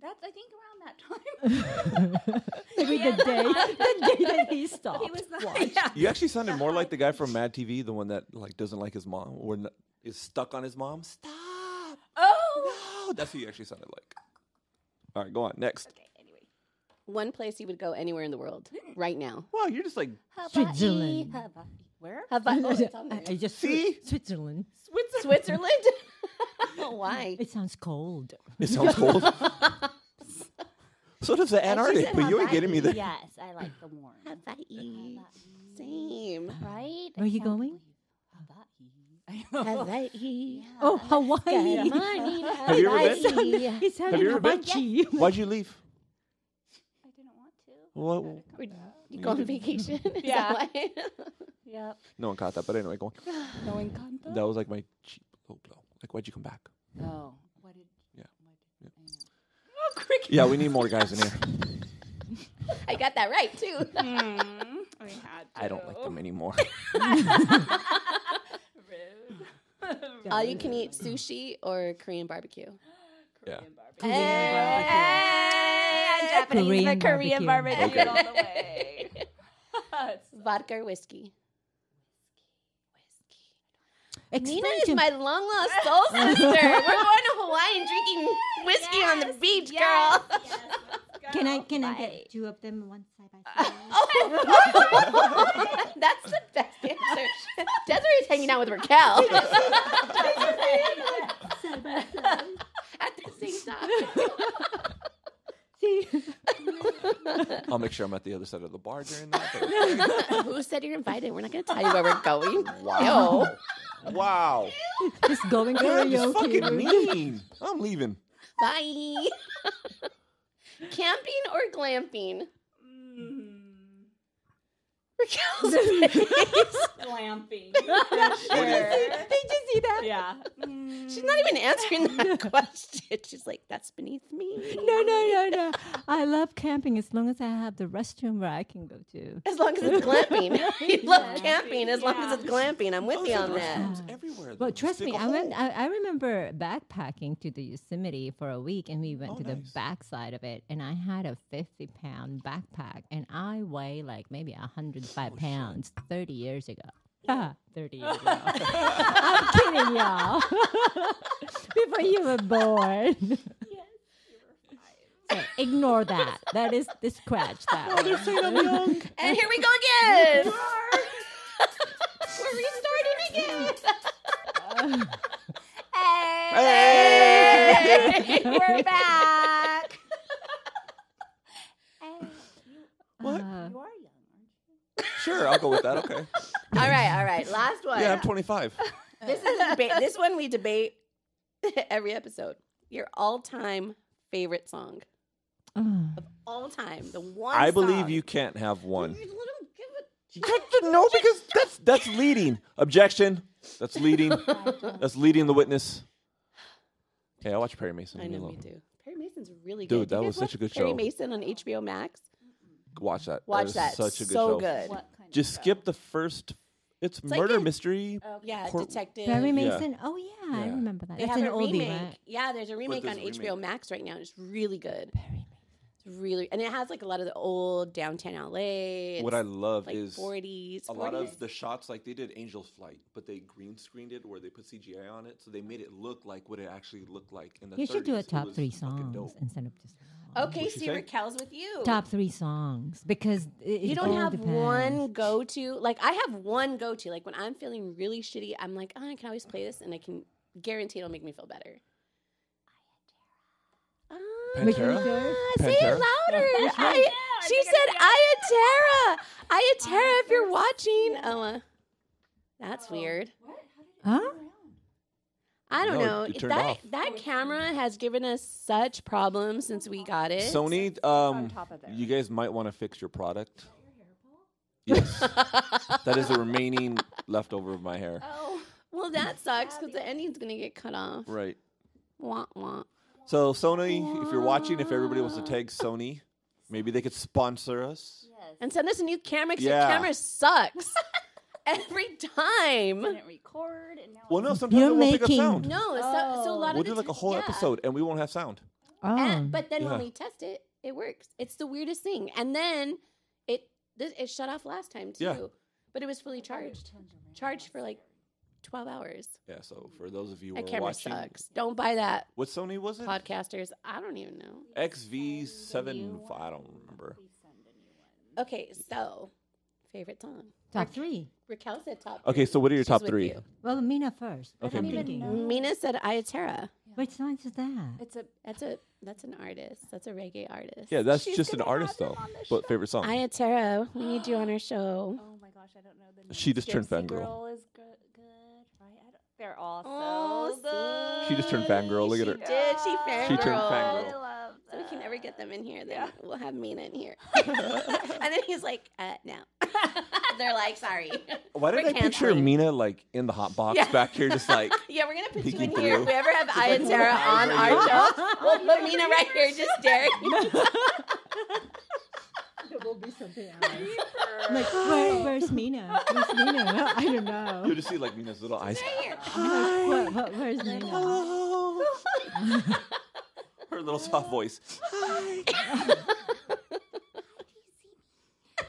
[SPEAKER 1] That's I think around that time.
[SPEAKER 4] Maybe
[SPEAKER 2] [laughs]
[SPEAKER 4] the day, the day that he stopped.
[SPEAKER 1] [laughs] He was the
[SPEAKER 6] [laughs]
[SPEAKER 3] You actually sounded more like the guy from Mad TV, the one that like doesn't like his mom or n- is stuck on his mom. Stop.
[SPEAKER 1] Oh.
[SPEAKER 3] No, that's who you actually sounded like. All right, go on next.
[SPEAKER 1] Okay. Anyway.
[SPEAKER 2] One place he would go anywhere in the world
[SPEAKER 1] Hmm.
[SPEAKER 2] right now.
[SPEAKER 3] Wow, you're just like
[SPEAKER 6] Hawaii.
[SPEAKER 4] Switzerland.
[SPEAKER 6] Hawaii.
[SPEAKER 1] Where?
[SPEAKER 2] Have
[SPEAKER 4] [laughs]
[SPEAKER 2] I, oh, it's on
[SPEAKER 4] I,
[SPEAKER 2] there.
[SPEAKER 4] I just
[SPEAKER 3] See?
[SPEAKER 4] Switzerland.
[SPEAKER 2] Switzerland?
[SPEAKER 1] [laughs]
[SPEAKER 2] [laughs] Why?
[SPEAKER 4] It sounds cold.
[SPEAKER 2] Ah,
[SPEAKER 3] it sounds cold. so does the Antarctic,
[SPEAKER 2] said
[SPEAKER 3] but you ain't
[SPEAKER 2] Hawaii,
[SPEAKER 3] getting me there.
[SPEAKER 1] Yes, I like the warm.
[SPEAKER 2] Hawaii.
[SPEAKER 1] [laughs]
[SPEAKER 2] Same.
[SPEAKER 6] Right?
[SPEAKER 4] Where are you going?
[SPEAKER 1] Hawaii.
[SPEAKER 2] Hawaii.
[SPEAKER 4] Oh, [laughs] Hawaii.
[SPEAKER 2] Good morning,
[SPEAKER 3] Have you ever been?
[SPEAKER 2] Hawaii.
[SPEAKER 4] It sounded
[SPEAKER 3] you ever been?
[SPEAKER 4] Hawaii.
[SPEAKER 3] Why'd you leave?
[SPEAKER 1] I didn't want to.
[SPEAKER 3] What?
[SPEAKER 2] Were [laughs] You go on vacation? [laughs] Is that
[SPEAKER 1] Yeah.
[SPEAKER 2] why?
[SPEAKER 1] Yep.
[SPEAKER 3] No one caught that, but anyway, go on.
[SPEAKER 1] No encanto.
[SPEAKER 3] That was like my cheap low blow. Like, why'd you come back?
[SPEAKER 1] Oh. What did?
[SPEAKER 3] Yeah.
[SPEAKER 1] What
[SPEAKER 3] Yeah.
[SPEAKER 1] did I know?
[SPEAKER 3] Yeah, we need more guys in here.
[SPEAKER 2] I got that right
[SPEAKER 1] [laughs]
[SPEAKER 2] too.
[SPEAKER 1] I had
[SPEAKER 3] I don't like them anymore.
[SPEAKER 2] All you can eat sushi or Korean barbecue.
[SPEAKER 3] Yeah.
[SPEAKER 4] Korean
[SPEAKER 6] Hey, I'm Japanese,
[SPEAKER 4] Korean
[SPEAKER 6] but Korean
[SPEAKER 4] barbecue.
[SPEAKER 6] barbecue
[SPEAKER 3] Okay.
[SPEAKER 6] all the way.
[SPEAKER 1] [laughs]
[SPEAKER 2] Vodka or whiskey.
[SPEAKER 4] Explain
[SPEAKER 2] Nina is
[SPEAKER 4] to
[SPEAKER 2] my long lost soul sister. [laughs] We're going to Hawaii and drinking whiskey on the beach, girl.
[SPEAKER 4] Can
[SPEAKER 1] Oh,
[SPEAKER 4] I can I get two of them one side by side?
[SPEAKER 2] [laughs] That's the best answer. Desiree's hanging out with Raquel
[SPEAKER 4] side by side.
[SPEAKER 2] [laughs] at the same time.
[SPEAKER 4] See,
[SPEAKER 3] I'll make sure I'm at the other side of the bar during that. but-
[SPEAKER 2] [laughs] Who said you're invited? We're not going to tell you where we're going.
[SPEAKER 3] Wow.
[SPEAKER 2] Ew.
[SPEAKER 3] Wow.
[SPEAKER 4] just going
[SPEAKER 3] Man, just
[SPEAKER 4] [laughs] karaoke.
[SPEAKER 3] fucking mean. I'm leaving.
[SPEAKER 2] Bye. [laughs] Camping or glamping? [laughs] Raquel's face.
[SPEAKER 1] [laughs] Glamping.
[SPEAKER 4] Did you see that?
[SPEAKER 1] yeah.
[SPEAKER 2] She's not even answering that question. She's like, that's beneath me.
[SPEAKER 4] No, no, no, no. I love camping as long as I have the restroom where I can go to.
[SPEAKER 2] As long as it's glamping. [laughs] you love
[SPEAKER 1] Yeah.
[SPEAKER 2] camping as long as it's glamping. I'm
[SPEAKER 3] Oh,
[SPEAKER 2] with you on
[SPEAKER 3] [laughs]
[SPEAKER 2] that.
[SPEAKER 3] Restrooms everywhere. though.
[SPEAKER 4] Well,
[SPEAKER 3] Just
[SPEAKER 4] trust
[SPEAKER 3] dig
[SPEAKER 4] me,
[SPEAKER 3] a
[SPEAKER 4] I went.
[SPEAKER 3] hole.
[SPEAKER 4] I, I remember backpacking to the Yosemite for a week, and we went
[SPEAKER 3] Oh,
[SPEAKER 4] to the
[SPEAKER 3] nice.
[SPEAKER 4] backside of it. And I had a fifty-pound backpack, and I weigh like maybe hundred five pounds thirty years ago. Ah, [laughs] thirty years ago. I'm kidding y'all. [laughs] Before you were born. [laughs] So ignore that. That is the scratch. That one. [laughs]
[SPEAKER 2] And here we go again. We're restarting again.
[SPEAKER 6] Hey! We're back. hey,
[SPEAKER 3] What?
[SPEAKER 6] you
[SPEAKER 4] Uh,
[SPEAKER 6] are young,
[SPEAKER 3] Sure, I'll go with that. Okay.
[SPEAKER 2] All right, all right. Last one.
[SPEAKER 3] Yeah, I'm 25.
[SPEAKER 2] this is a debate. This one we debate [laughs] every episode. Your all-time favorite song.
[SPEAKER 4] oh. [sighs]
[SPEAKER 2] All time, the one.
[SPEAKER 3] I believe
[SPEAKER 2] song.
[SPEAKER 3] you can't have one.
[SPEAKER 2] You little give a-
[SPEAKER 3] no, because that's that's leading. Objection. That's leading.
[SPEAKER 6] aren't you?
[SPEAKER 3] That's leading the witness. Okay, I watch Perry Mason.
[SPEAKER 2] I
[SPEAKER 3] Leave me
[SPEAKER 2] know
[SPEAKER 3] alone.
[SPEAKER 2] you do. Perry Mason's really good.
[SPEAKER 3] Dude,
[SPEAKER 2] Do you guys
[SPEAKER 3] that was such a
[SPEAKER 2] watch
[SPEAKER 3] good
[SPEAKER 2] Perry
[SPEAKER 3] show.
[SPEAKER 2] Mason on HBO Max.
[SPEAKER 3] Watch that.
[SPEAKER 2] Watch
[SPEAKER 3] is
[SPEAKER 2] that.
[SPEAKER 3] Such a good
[SPEAKER 2] so
[SPEAKER 3] show.
[SPEAKER 2] good.
[SPEAKER 6] What kind
[SPEAKER 3] Just
[SPEAKER 6] of
[SPEAKER 3] skip the first. It's,
[SPEAKER 2] like uh,
[SPEAKER 3] murder
[SPEAKER 2] a-
[SPEAKER 3] mystery.
[SPEAKER 2] Yeah,
[SPEAKER 3] Cor-
[SPEAKER 2] detective.
[SPEAKER 4] Barry
[SPEAKER 3] Yeah.
[SPEAKER 4] Mason. Oh yeah, I
[SPEAKER 3] Yeah.
[SPEAKER 4] remember that.
[SPEAKER 2] They
[SPEAKER 4] That's
[SPEAKER 2] have
[SPEAKER 4] an
[SPEAKER 2] a
[SPEAKER 4] oldie,
[SPEAKER 2] remake.
[SPEAKER 4] right?
[SPEAKER 2] Yeah, there's a remake
[SPEAKER 3] there's
[SPEAKER 2] on
[SPEAKER 3] a
[SPEAKER 2] HBO
[SPEAKER 3] remake.
[SPEAKER 2] Max right now. and It's really good. It's really, and it has like a lot of the old downtown LA.
[SPEAKER 3] What I
[SPEAKER 2] It's
[SPEAKER 3] love
[SPEAKER 2] like
[SPEAKER 3] is
[SPEAKER 2] 40s,
[SPEAKER 3] a lot
[SPEAKER 2] 40s.
[SPEAKER 3] of the shots like they did Angel's Flight, but they green screened it where they put CGI on it, so they made it look like what it actually looked like in the.
[SPEAKER 4] You should do
[SPEAKER 3] 30s.
[SPEAKER 4] a
[SPEAKER 3] It
[SPEAKER 4] top
[SPEAKER 3] was
[SPEAKER 4] three
[SPEAKER 3] fucking
[SPEAKER 4] songs
[SPEAKER 3] dope.
[SPEAKER 4] instead of just. one.
[SPEAKER 2] Okay,
[SPEAKER 3] What'd she
[SPEAKER 2] see,
[SPEAKER 3] say?
[SPEAKER 2] Raquel's with you.
[SPEAKER 4] Top three songs because it,
[SPEAKER 2] You
[SPEAKER 4] it
[SPEAKER 2] don't
[SPEAKER 4] all
[SPEAKER 2] have
[SPEAKER 4] depends.
[SPEAKER 2] one go to. Like I have one go to. Like when I'm feeling really shitty, I'm like, oh, I can always play this, and I can guarantee it'll make me feel better. Ah,
[SPEAKER 4] Which one
[SPEAKER 3] Pantera?
[SPEAKER 4] is yours?
[SPEAKER 2] Say it
[SPEAKER 3] Pantera?
[SPEAKER 2] louder. I, she said, Ayatara. Oh, Ayatara, if you're watching. Oh, uh, that's weird.
[SPEAKER 4] Huh?
[SPEAKER 2] I don't
[SPEAKER 3] No, it-
[SPEAKER 2] know.
[SPEAKER 3] it
[SPEAKER 2] If
[SPEAKER 3] turned
[SPEAKER 2] that
[SPEAKER 3] off.
[SPEAKER 2] that camera has given us such problems since we got it.
[SPEAKER 3] Sony, um,
[SPEAKER 6] top of it.
[SPEAKER 3] you guys might want to fix your product. Yes, that is the remaining leftover of my hair.
[SPEAKER 6] Oh,
[SPEAKER 2] well, that sucks because the ending's gonna get cut off.
[SPEAKER 3] Right.
[SPEAKER 2] Wah, wah.
[SPEAKER 3] So Sony, if you're watching, if everybody wants to tag Sony, maybe they could sponsor us.
[SPEAKER 2] And send us a new camera because
[SPEAKER 3] Yeah.
[SPEAKER 2] your camera [laughs] sucks every time.
[SPEAKER 6] didn't record, and now
[SPEAKER 3] Well, no, sometimes
[SPEAKER 4] You're
[SPEAKER 3] it won't pick up
[SPEAKER 4] making-
[SPEAKER 3] sound.
[SPEAKER 2] No, it's so, so a
[SPEAKER 6] Oh.
[SPEAKER 2] lot
[SPEAKER 3] we'll
[SPEAKER 2] of the
[SPEAKER 3] do like a
[SPEAKER 2] ti-
[SPEAKER 3] whole
[SPEAKER 2] yeah.
[SPEAKER 3] episode and we won't have sound.
[SPEAKER 4] Oh.
[SPEAKER 2] And- but then when
[SPEAKER 3] Yeah.
[SPEAKER 2] we test it, it works. It's the weirdest thing. And then it this, it shut off last time too,
[SPEAKER 3] Yeah.
[SPEAKER 2] but it was fully charged, charged for like twelve hours.
[SPEAKER 3] Yeah. So for those of you who
[SPEAKER 2] That
[SPEAKER 3] are
[SPEAKER 2] camera
[SPEAKER 3] watching,
[SPEAKER 2] sucks. Don't buy that,
[SPEAKER 3] what Sony was it?
[SPEAKER 2] podcasters. I don't even know.
[SPEAKER 3] XV seven. I don't remember.
[SPEAKER 2] Okay, so favorite song.
[SPEAKER 4] Top three.
[SPEAKER 2] Raquel said top.
[SPEAKER 3] Okay, so what are your
[SPEAKER 2] She's
[SPEAKER 3] top
[SPEAKER 2] with
[SPEAKER 3] three?
[SPEAKER 2] you.
[SPEAKER 4] Well, Mina first. but
[SPEAKER 3] Okay,
[SPEAKER 4] I'm
[SPEAKER 3] Mina.
[SPEAKER 4] thinking,
[SPEAKER 6] know.
[SPEAKER 2] Mina said Ayatara.
[SPEAKER 4] Which songs is that?
[SPEAKER 6] it's a
[SPEAKER 2] That's a that's an artist. That's a reggae artist.
[SPEAKER 3] Yeah, that's
[SPEAKER 6] She's
[SPEAKER 3] just an
[SPEAKER 6] gonna have
[SPEAKER 3] artist
[SPEAKER 6] them
[SPEAKER 3] though.
[SPEAKER 6] on the
[SPEAKER 3] But
[SPEAKER 6] show.
[SPEAKER 3] favorite song.
[SPEAKER 2] Ayatara, we need you on our show.
[SPEAKER 6] oh my gosh, I don't know the name.
[SPEAKER 3] She just turned
[SPEAKER 6] Gypsy
[SPEAKER 3] fangirl.
[SPEAKER 6] Girl is good, good right? I don't, they're all
[SPEAKER 2] Oh,
[SPEAKER 6] so good.
[SPEAKER 3] She just turned fangirl. Look at her.
[SPEAKER 2] She did. She fangirl.
[SPEAKER 3] She turned
[SPEAKER 6] I
[SPEAKER 3] fangirl.
[SPEAKER 6] love
[SPEAKER 2] So we can never get them in here. Then
[SPEAKER 6] Yeah.
[SPEAKER 2] we'll have Mina in [laughs] here. and then he's like, uh, no. [laughs] They're like, sorry.
[SPEAKER 3] Why did
[SPEAKER 2] We're
[SPEAKER 3] I picture
[SPEAKER 2] canceling.
[SPEAKER 3] Mina like in the hot box
[SPEAKER 2] Yeah.
[SPEAKER 3] back here, just like
[SPEAKER 2] yeah, we're going to put you
[SPEAKER 3] Peeking
[SPEAKER 2] in here. If
[SPEAKER 3] through.
[SPEAKER 2] we ever have Aya and Tara on our show,
[SPEAKER 3] [laughs]
[SPEAKER 2] we'll put Mina right here just staring.
[SPEAKER 4] Like, [gasps] where, where's Mina? Where's Mina? [laughs] I don't know.
[SPEAKER 2] [laughs]
[SPEAKER 3] you just see like Mina's little eyes,
[SPEAKER 4] What, what, where's
[SPEAKER 2] oh.
[SPEAKER 4] Mina?
[SPEAKER 7] Hello.
[SPEAKER 3] [laughs] her little soft voice.
[SPEAKER 7] Hi.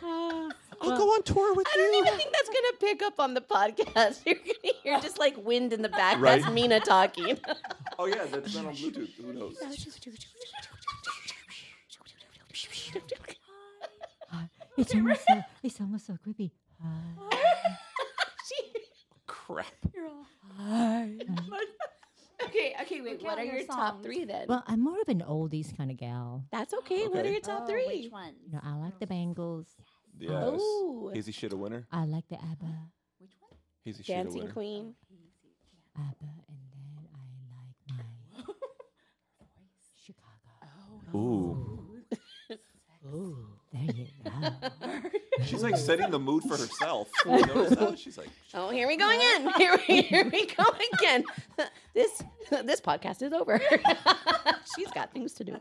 [SPEAKER 4] Uh,
[SPEAKER 7] [laughs] I'll go on tour with
[SPEAKER 2] I
[SPEAKER 7] you.
[SPEAKER 2] don't even think that's going to pick up on the podcast. [laughs] You're going to hear just like wind in the back.
[SPEAKER 3] Right.
[SPEAKER 2] That's Mina [laughs] talking.
[SPEAKER 3] Oh yeah, that's not on Bluetooth.
[SPEAKER 2] [laughs]
[SPEAKER 3] Who knows?
[SPEAKER 4] [gasps] it's, almost so, it's almost so creepy. [gasps] Hi.
[SPEAKER 2] [laughs] She-
[SPEAKER 3] Crap.
[SPEAKER 2] okay, okay, wait. what are your, top three then?
[SPEAKER 4] Well, I'm more of an oldies kind of gal.
[SPEAKER 2] that's okay. What are
[SPEAKER 3] Okay.
[SPEAKER 2] your top
[SPEAKER 6] three. Oh,
[SPEAKER 2] three?
[SPEAKER 6] Which one?
[SPEAKER 4] You know, I like the Bangles.
[SPEAKER 3] Yes.
[SPEAKER 2] Oh.
[SPEAKER 3] Hazy shit a winner.
[SPEAKER 4] I like the ABBA.
[SPEAKER 3] Hazy shit a
[SPEAKER 2] Dancing
[SPEAKER 3] winner.
[SPEAKER 2] Queen.
[SPEAKER 4] ABBA, and then I like my
[SPEAKER 2] [laughs]
[SPEAKER 4] Chicago.
[SPEAKER 3] Ooh.
[SPEAKER 4] Ooh, there you
[SPEAKER 2] [laughs]
[SPEAKER 4] go. [laughs]
[SPEAKER 3] She's like setting the mood for herself. You notice that? She's like,
[SPEAKER 2] Oh, here we go again. [laughs] Here we, here we go again. [laughs] This this podcast is over. She's got things to do.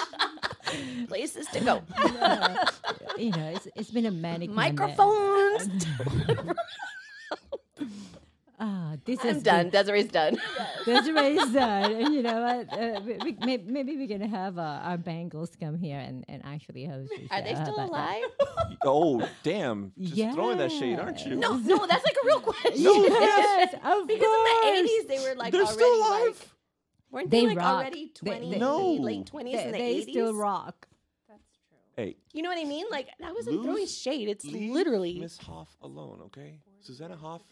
[SPEAKER 2] [laughs] places to [laughs] go,
[SPEAKER 4] Yeah. you know, it's, it's been a manic moment.
[SPEAKER 2] microphones.
[SPEAKER 4] Ah, this
[SPEAKER 2] I'm
[SPEAKER 4] has been-
[SPEAKER 2] done. Desiree's done.
[SPEAKER 4] Desiree's done. And [laughs] you know what? Uh, we, we, may- maybe we're going to have uh, our Bengals come here and, and actually host the
[SPEAKER 2] Are they
[SPEAKER 4] show. How
[SPEAKER 2] still
[SPEAKER 4] about that?
[SPEAKER 2] alive?
[SPEAKER 3] Oh, damn. Just throwing that shade, aren't you?
[SPEAKER 2] [laughs] No, no, that's like a [laughs] real question.
[SPEAKER 4] [laughs] Yes,
[SPEAKER 2] [laughs]
[SPEAKER 4] of
[SPEAKER 2] because
[SPEAKER 4] course.
[SPEAKER 2] in the eighties they were like
[SPEAKER 3] They're
[SPEAKER 2] already
[SPEAKER 3] still alive.
[SPEAKER 2] [laughs] like weren't
[SPEAKER 4] They
[SPEAKER 2] they, like
[SPEAKER 4] rock.
[SPEAKER 2] already
[SPEAKER 4] They-
[SPEAKER 2] twenty
[SPEAKER 4] they-
[SPEAKER 3] No.
[SPEAKER 2] late twenties
[SPEAKER 4] They,
[SPEAKER 2] in the
[SPEAKER 4] they
[SPEAKER 2] eighties?
[SPEAKER 4] still rock.
[SPEAKER 6] That's true.
[SPEAKER 3] hey,
[SPEAKER 2] You know what I mean? Like that wasn't throwing
[SPEAKER 3] Lose-
[SPEAKER 2] shade. It's
[SPEAKER 3] leave
[SPEAKER 2] literally
[SPEAKER 3] Miss Hoff alone, okay? Susanna Hoff.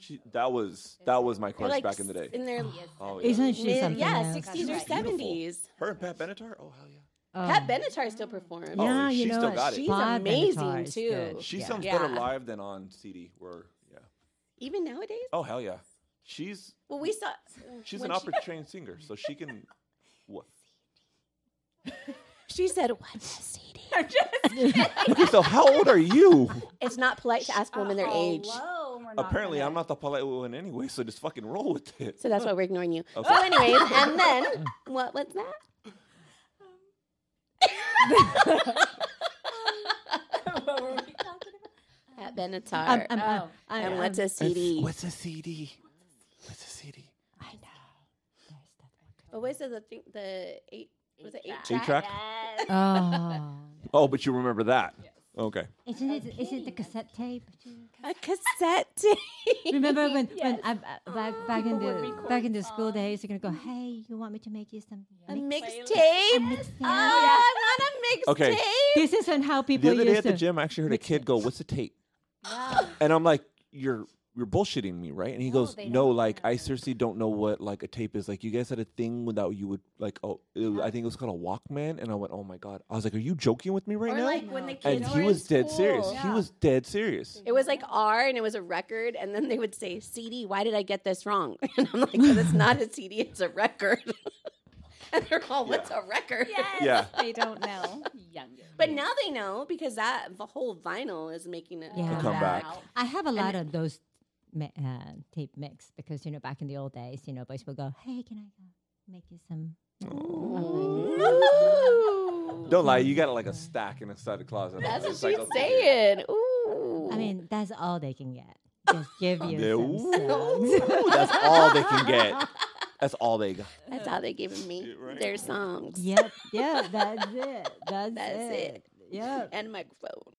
[SPEAKER 3] She that was that was my crush
[SPEAKER 2] they're like
[SPEAKER 3] back in the day.
[SPEAKER 2] In their
[SPEAKER 3] oh yeah.
[SPEAKER 4] Isn't she
[SPEAKER 2] mid,
[SPEAKER 4] something
[SPEAKER 2] yeah,
[SPEAKER 4] else?
[SPEAKER 2] sixties or
[SPEAKER 6] That's
[SPEAKER 3] right. Beautiful.
[SPEAKER 2] seventies.
[SPEAKER 3] Her and Pat Benatar? Oh hell yeah.
[SPEAKER 4] Oh.
[SPEAKER 2] Pat Benatar still performs.
[SPEAKER 3] Oh,
[SPEAKER 4] Yeah, you
[SPEAKER 3] she
[SPEAKER 4] know
[SPEAKER 3] still
[SPEAKER 4] what?
[SPEAKER 3] got it.
[SPEAKER 2] She's
[SPEAKER 4] Bob
[SPEAKER 2] amazing
[SPEAKER 4] Benatar is
[SPEAKER 2] too.
[SPEAKER 4] good.
[SPEAKER 3] She
[SPEAKER 4] Yeah.
[SPEAKER 3] sounds better
[SPEAKER 2] Yeah.
[SPEAKER 3] live than on CD. Where yeah.
[SPEAKER 2] Even nowadays.
[SPEAKER 3] Oh hell yeah. She's
[SPEAKER 2] Well, we saw.
[SPEAKER 3] she's
[SPEAKER 2] when
[SPEAKER 3] an
[SPEAKER 2] she- [laughs]
[SPEAKER 3] opera trained singer, so she can. What?
[SPEAKER 2] She, said, "What does
[SPEAKER 3] [laughs]
[SPEAKER 2] CD?"
[SPEAKER 3] Okay, so how old are you?
[SPEAKER 2] It's not polite to ask women their age,
[SPEAKER 6] Hello, we're not [laughs]
[SPEAKER 3] Apparently,
[SPEAKER 6] gonna-
[SPEAKER 3] I'm not the polite one anyway, so just fucking roll with it.
[SPEAKER 2] so that's why we're ignoring you.
[SPEAKER 3] Okay.
[SPEAKER 2] So, anyways, and then what was that?
[SPEAKER 6] what were we talking about?
[SPEAKER 2] Pat Benatar.
[SPEAKER 4] I'm, I'm, I'm,
[SPEAKER 6] Oh.
[SPEAKER 4] I'm,
[SPEAKER 2] and
[SPEAKER 4] I'm-
[SPEAKER 2] what's a CD?
[SPEAKER 3] What's a CD? What's a CD?
[SPEAKER 4] I know. There's that one.
[SPEAKER 2] What was it? The thing, the eight was it eight
[SPEAKER 3] Eight
[SPEAKER 2] track?
[SPEAKER 3] track?
[SPEAKER 6] Yes.
[SPEAKER 4] [laughs]
[SPEAKER 2] [laughs]
[SPEAKER 4] Oh.
[SPEAKER 3] Oh, but you remember that? Okay.
[SPEAKER 4] Isn't it, is it the cassette tape? too?
[SPEAKER 2] A cassette tape.
[SPEAKER 4] Remember when,
[SPEAKER 6] Yes.
[SPEAKER 4] when I, I-
[SPEAKER 2] Oh,
[SPEAKER 4] back, back in the back in the school days, you're gonna go, hey, you want me to make you some
[SPEAKER 2] a
[SPEAKER 4] mix- a
[SPEAKER 2] mixtape.
[SPEAKER 4] mixtape?"
[SPEAKER 2] Oh, I want a
[SPEAKER 3] Okay.
[SPEAKER 2] mixtape.
[SPEAKER 4] This isn't how people
[SPEAKER 3] The other day
[SPEAKER 4] used
[SPEAKER 3] at the
[SPEAKER 4] to.
[SPEAKER 3] gym, I actually heard a kid go, "What's a tape?" And I'm like, "You're you're bullshitting me, right?" And he goes, "No, like I seriously don't know what like a tape is. Like you guys had a thing without you would like oh it, was- I think it was called a Walkman." And I went, "Oh my god!" I was like, "Are you joking with me right
[SPEAKER 2] Or
[SPEAKER 3] now?"
[SPEAKER 2] like when the kids
[SPEAKER 3] and
[SPEAKER 2] were
[SPEAKER 3] he
[SPEAKER 2] in
[SPEAKER 3] was dead serious.
[SPEAKER 2] school.
[SPEAKER 3] He was dead serious.
[SPEAKER 2] It was like
[SPEAKER 4] Mm-hmm.
[SPEAKER 2] R and it was a record, and then they would say, CD, why did I get this wrong? [laughs] And I'm like, because
[SPEAKER 4] [laughs]
[SPEAKER 2] it's not a CD, it's a record. [laughs] and they're all, what's a record?
[SPEAKER 3] [laughs] Yeah.
[SPEAKER 6] They don't know. [laughs] Younger.
[SPEAKER 2] But now they know because that the whole vinyl is making it
[SPEAKER 4] Yeah.
[SPEAKER 2] come
[SPEAKER 3] Come back.
[SPEAKER 4] I have a lot of those mi- uh, tape mix because you know back in the old days, you know, boys would go, hey, can I uh, make you some?
[SPEAKER 2] Ooh.
[SPEAKER 3] Don't lie, you got like a stack in the side of the
[SPEAKER 2] [laughs]
[SPEAKER 3] closet.
[SPEAKER 2] That's what
[SPEAKER 3] It's like,
[SPEAKER 2] she's
[SPEAKER 3] okay.
[SPEAKER 2] saying. Ooh.
[SPEAKER 4] I mean, that's all they can get. Just give you
[SPEAKER 3] Yeah,
[SPEAKER 4] some.
[SPEAKER 2] [laughs]
[SPEAKER 3] ooh, that's all they can get. That's all they got.
[SPEAKER 2] that's how they giving me their songs
[SPEAKER 4] Yep, yep, that's it. That's,
[SPEAKER 2] That's it.
[SPEAKER 4] it. Yep.
[SPEAKER 2] [laughs] and microphone.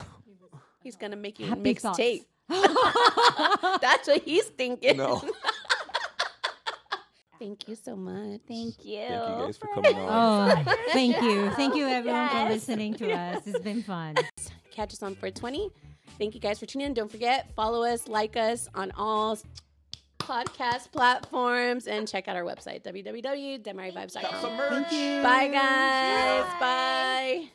[SPEAKER 2] He's gonna make you a
[SPEAKER 4] Happy thoughts.
[SPEAKER 2] mixtape. [laughs] That's what he's thinking.
[SPEAKER 3] No.
[SPEAKER 2] [laughs] Thank you so much.
[SPEAKER 6] Thank you.
[SPEAKER 3] Thank you guys for coming on.
[SPEAKER 4] Oh, thank you. Thank you, everyone, for
[SPEAKER 6] Yes.
[SPEAKER 4] listening to us. It's been fun.
[SPEAKER 2] Catch us on 420. Thank you guys for tuning in. Don't forget, follow us, like us on all s- podcast platforms, and check out our website, www.demarivibes.com. Bye, guys. Bye.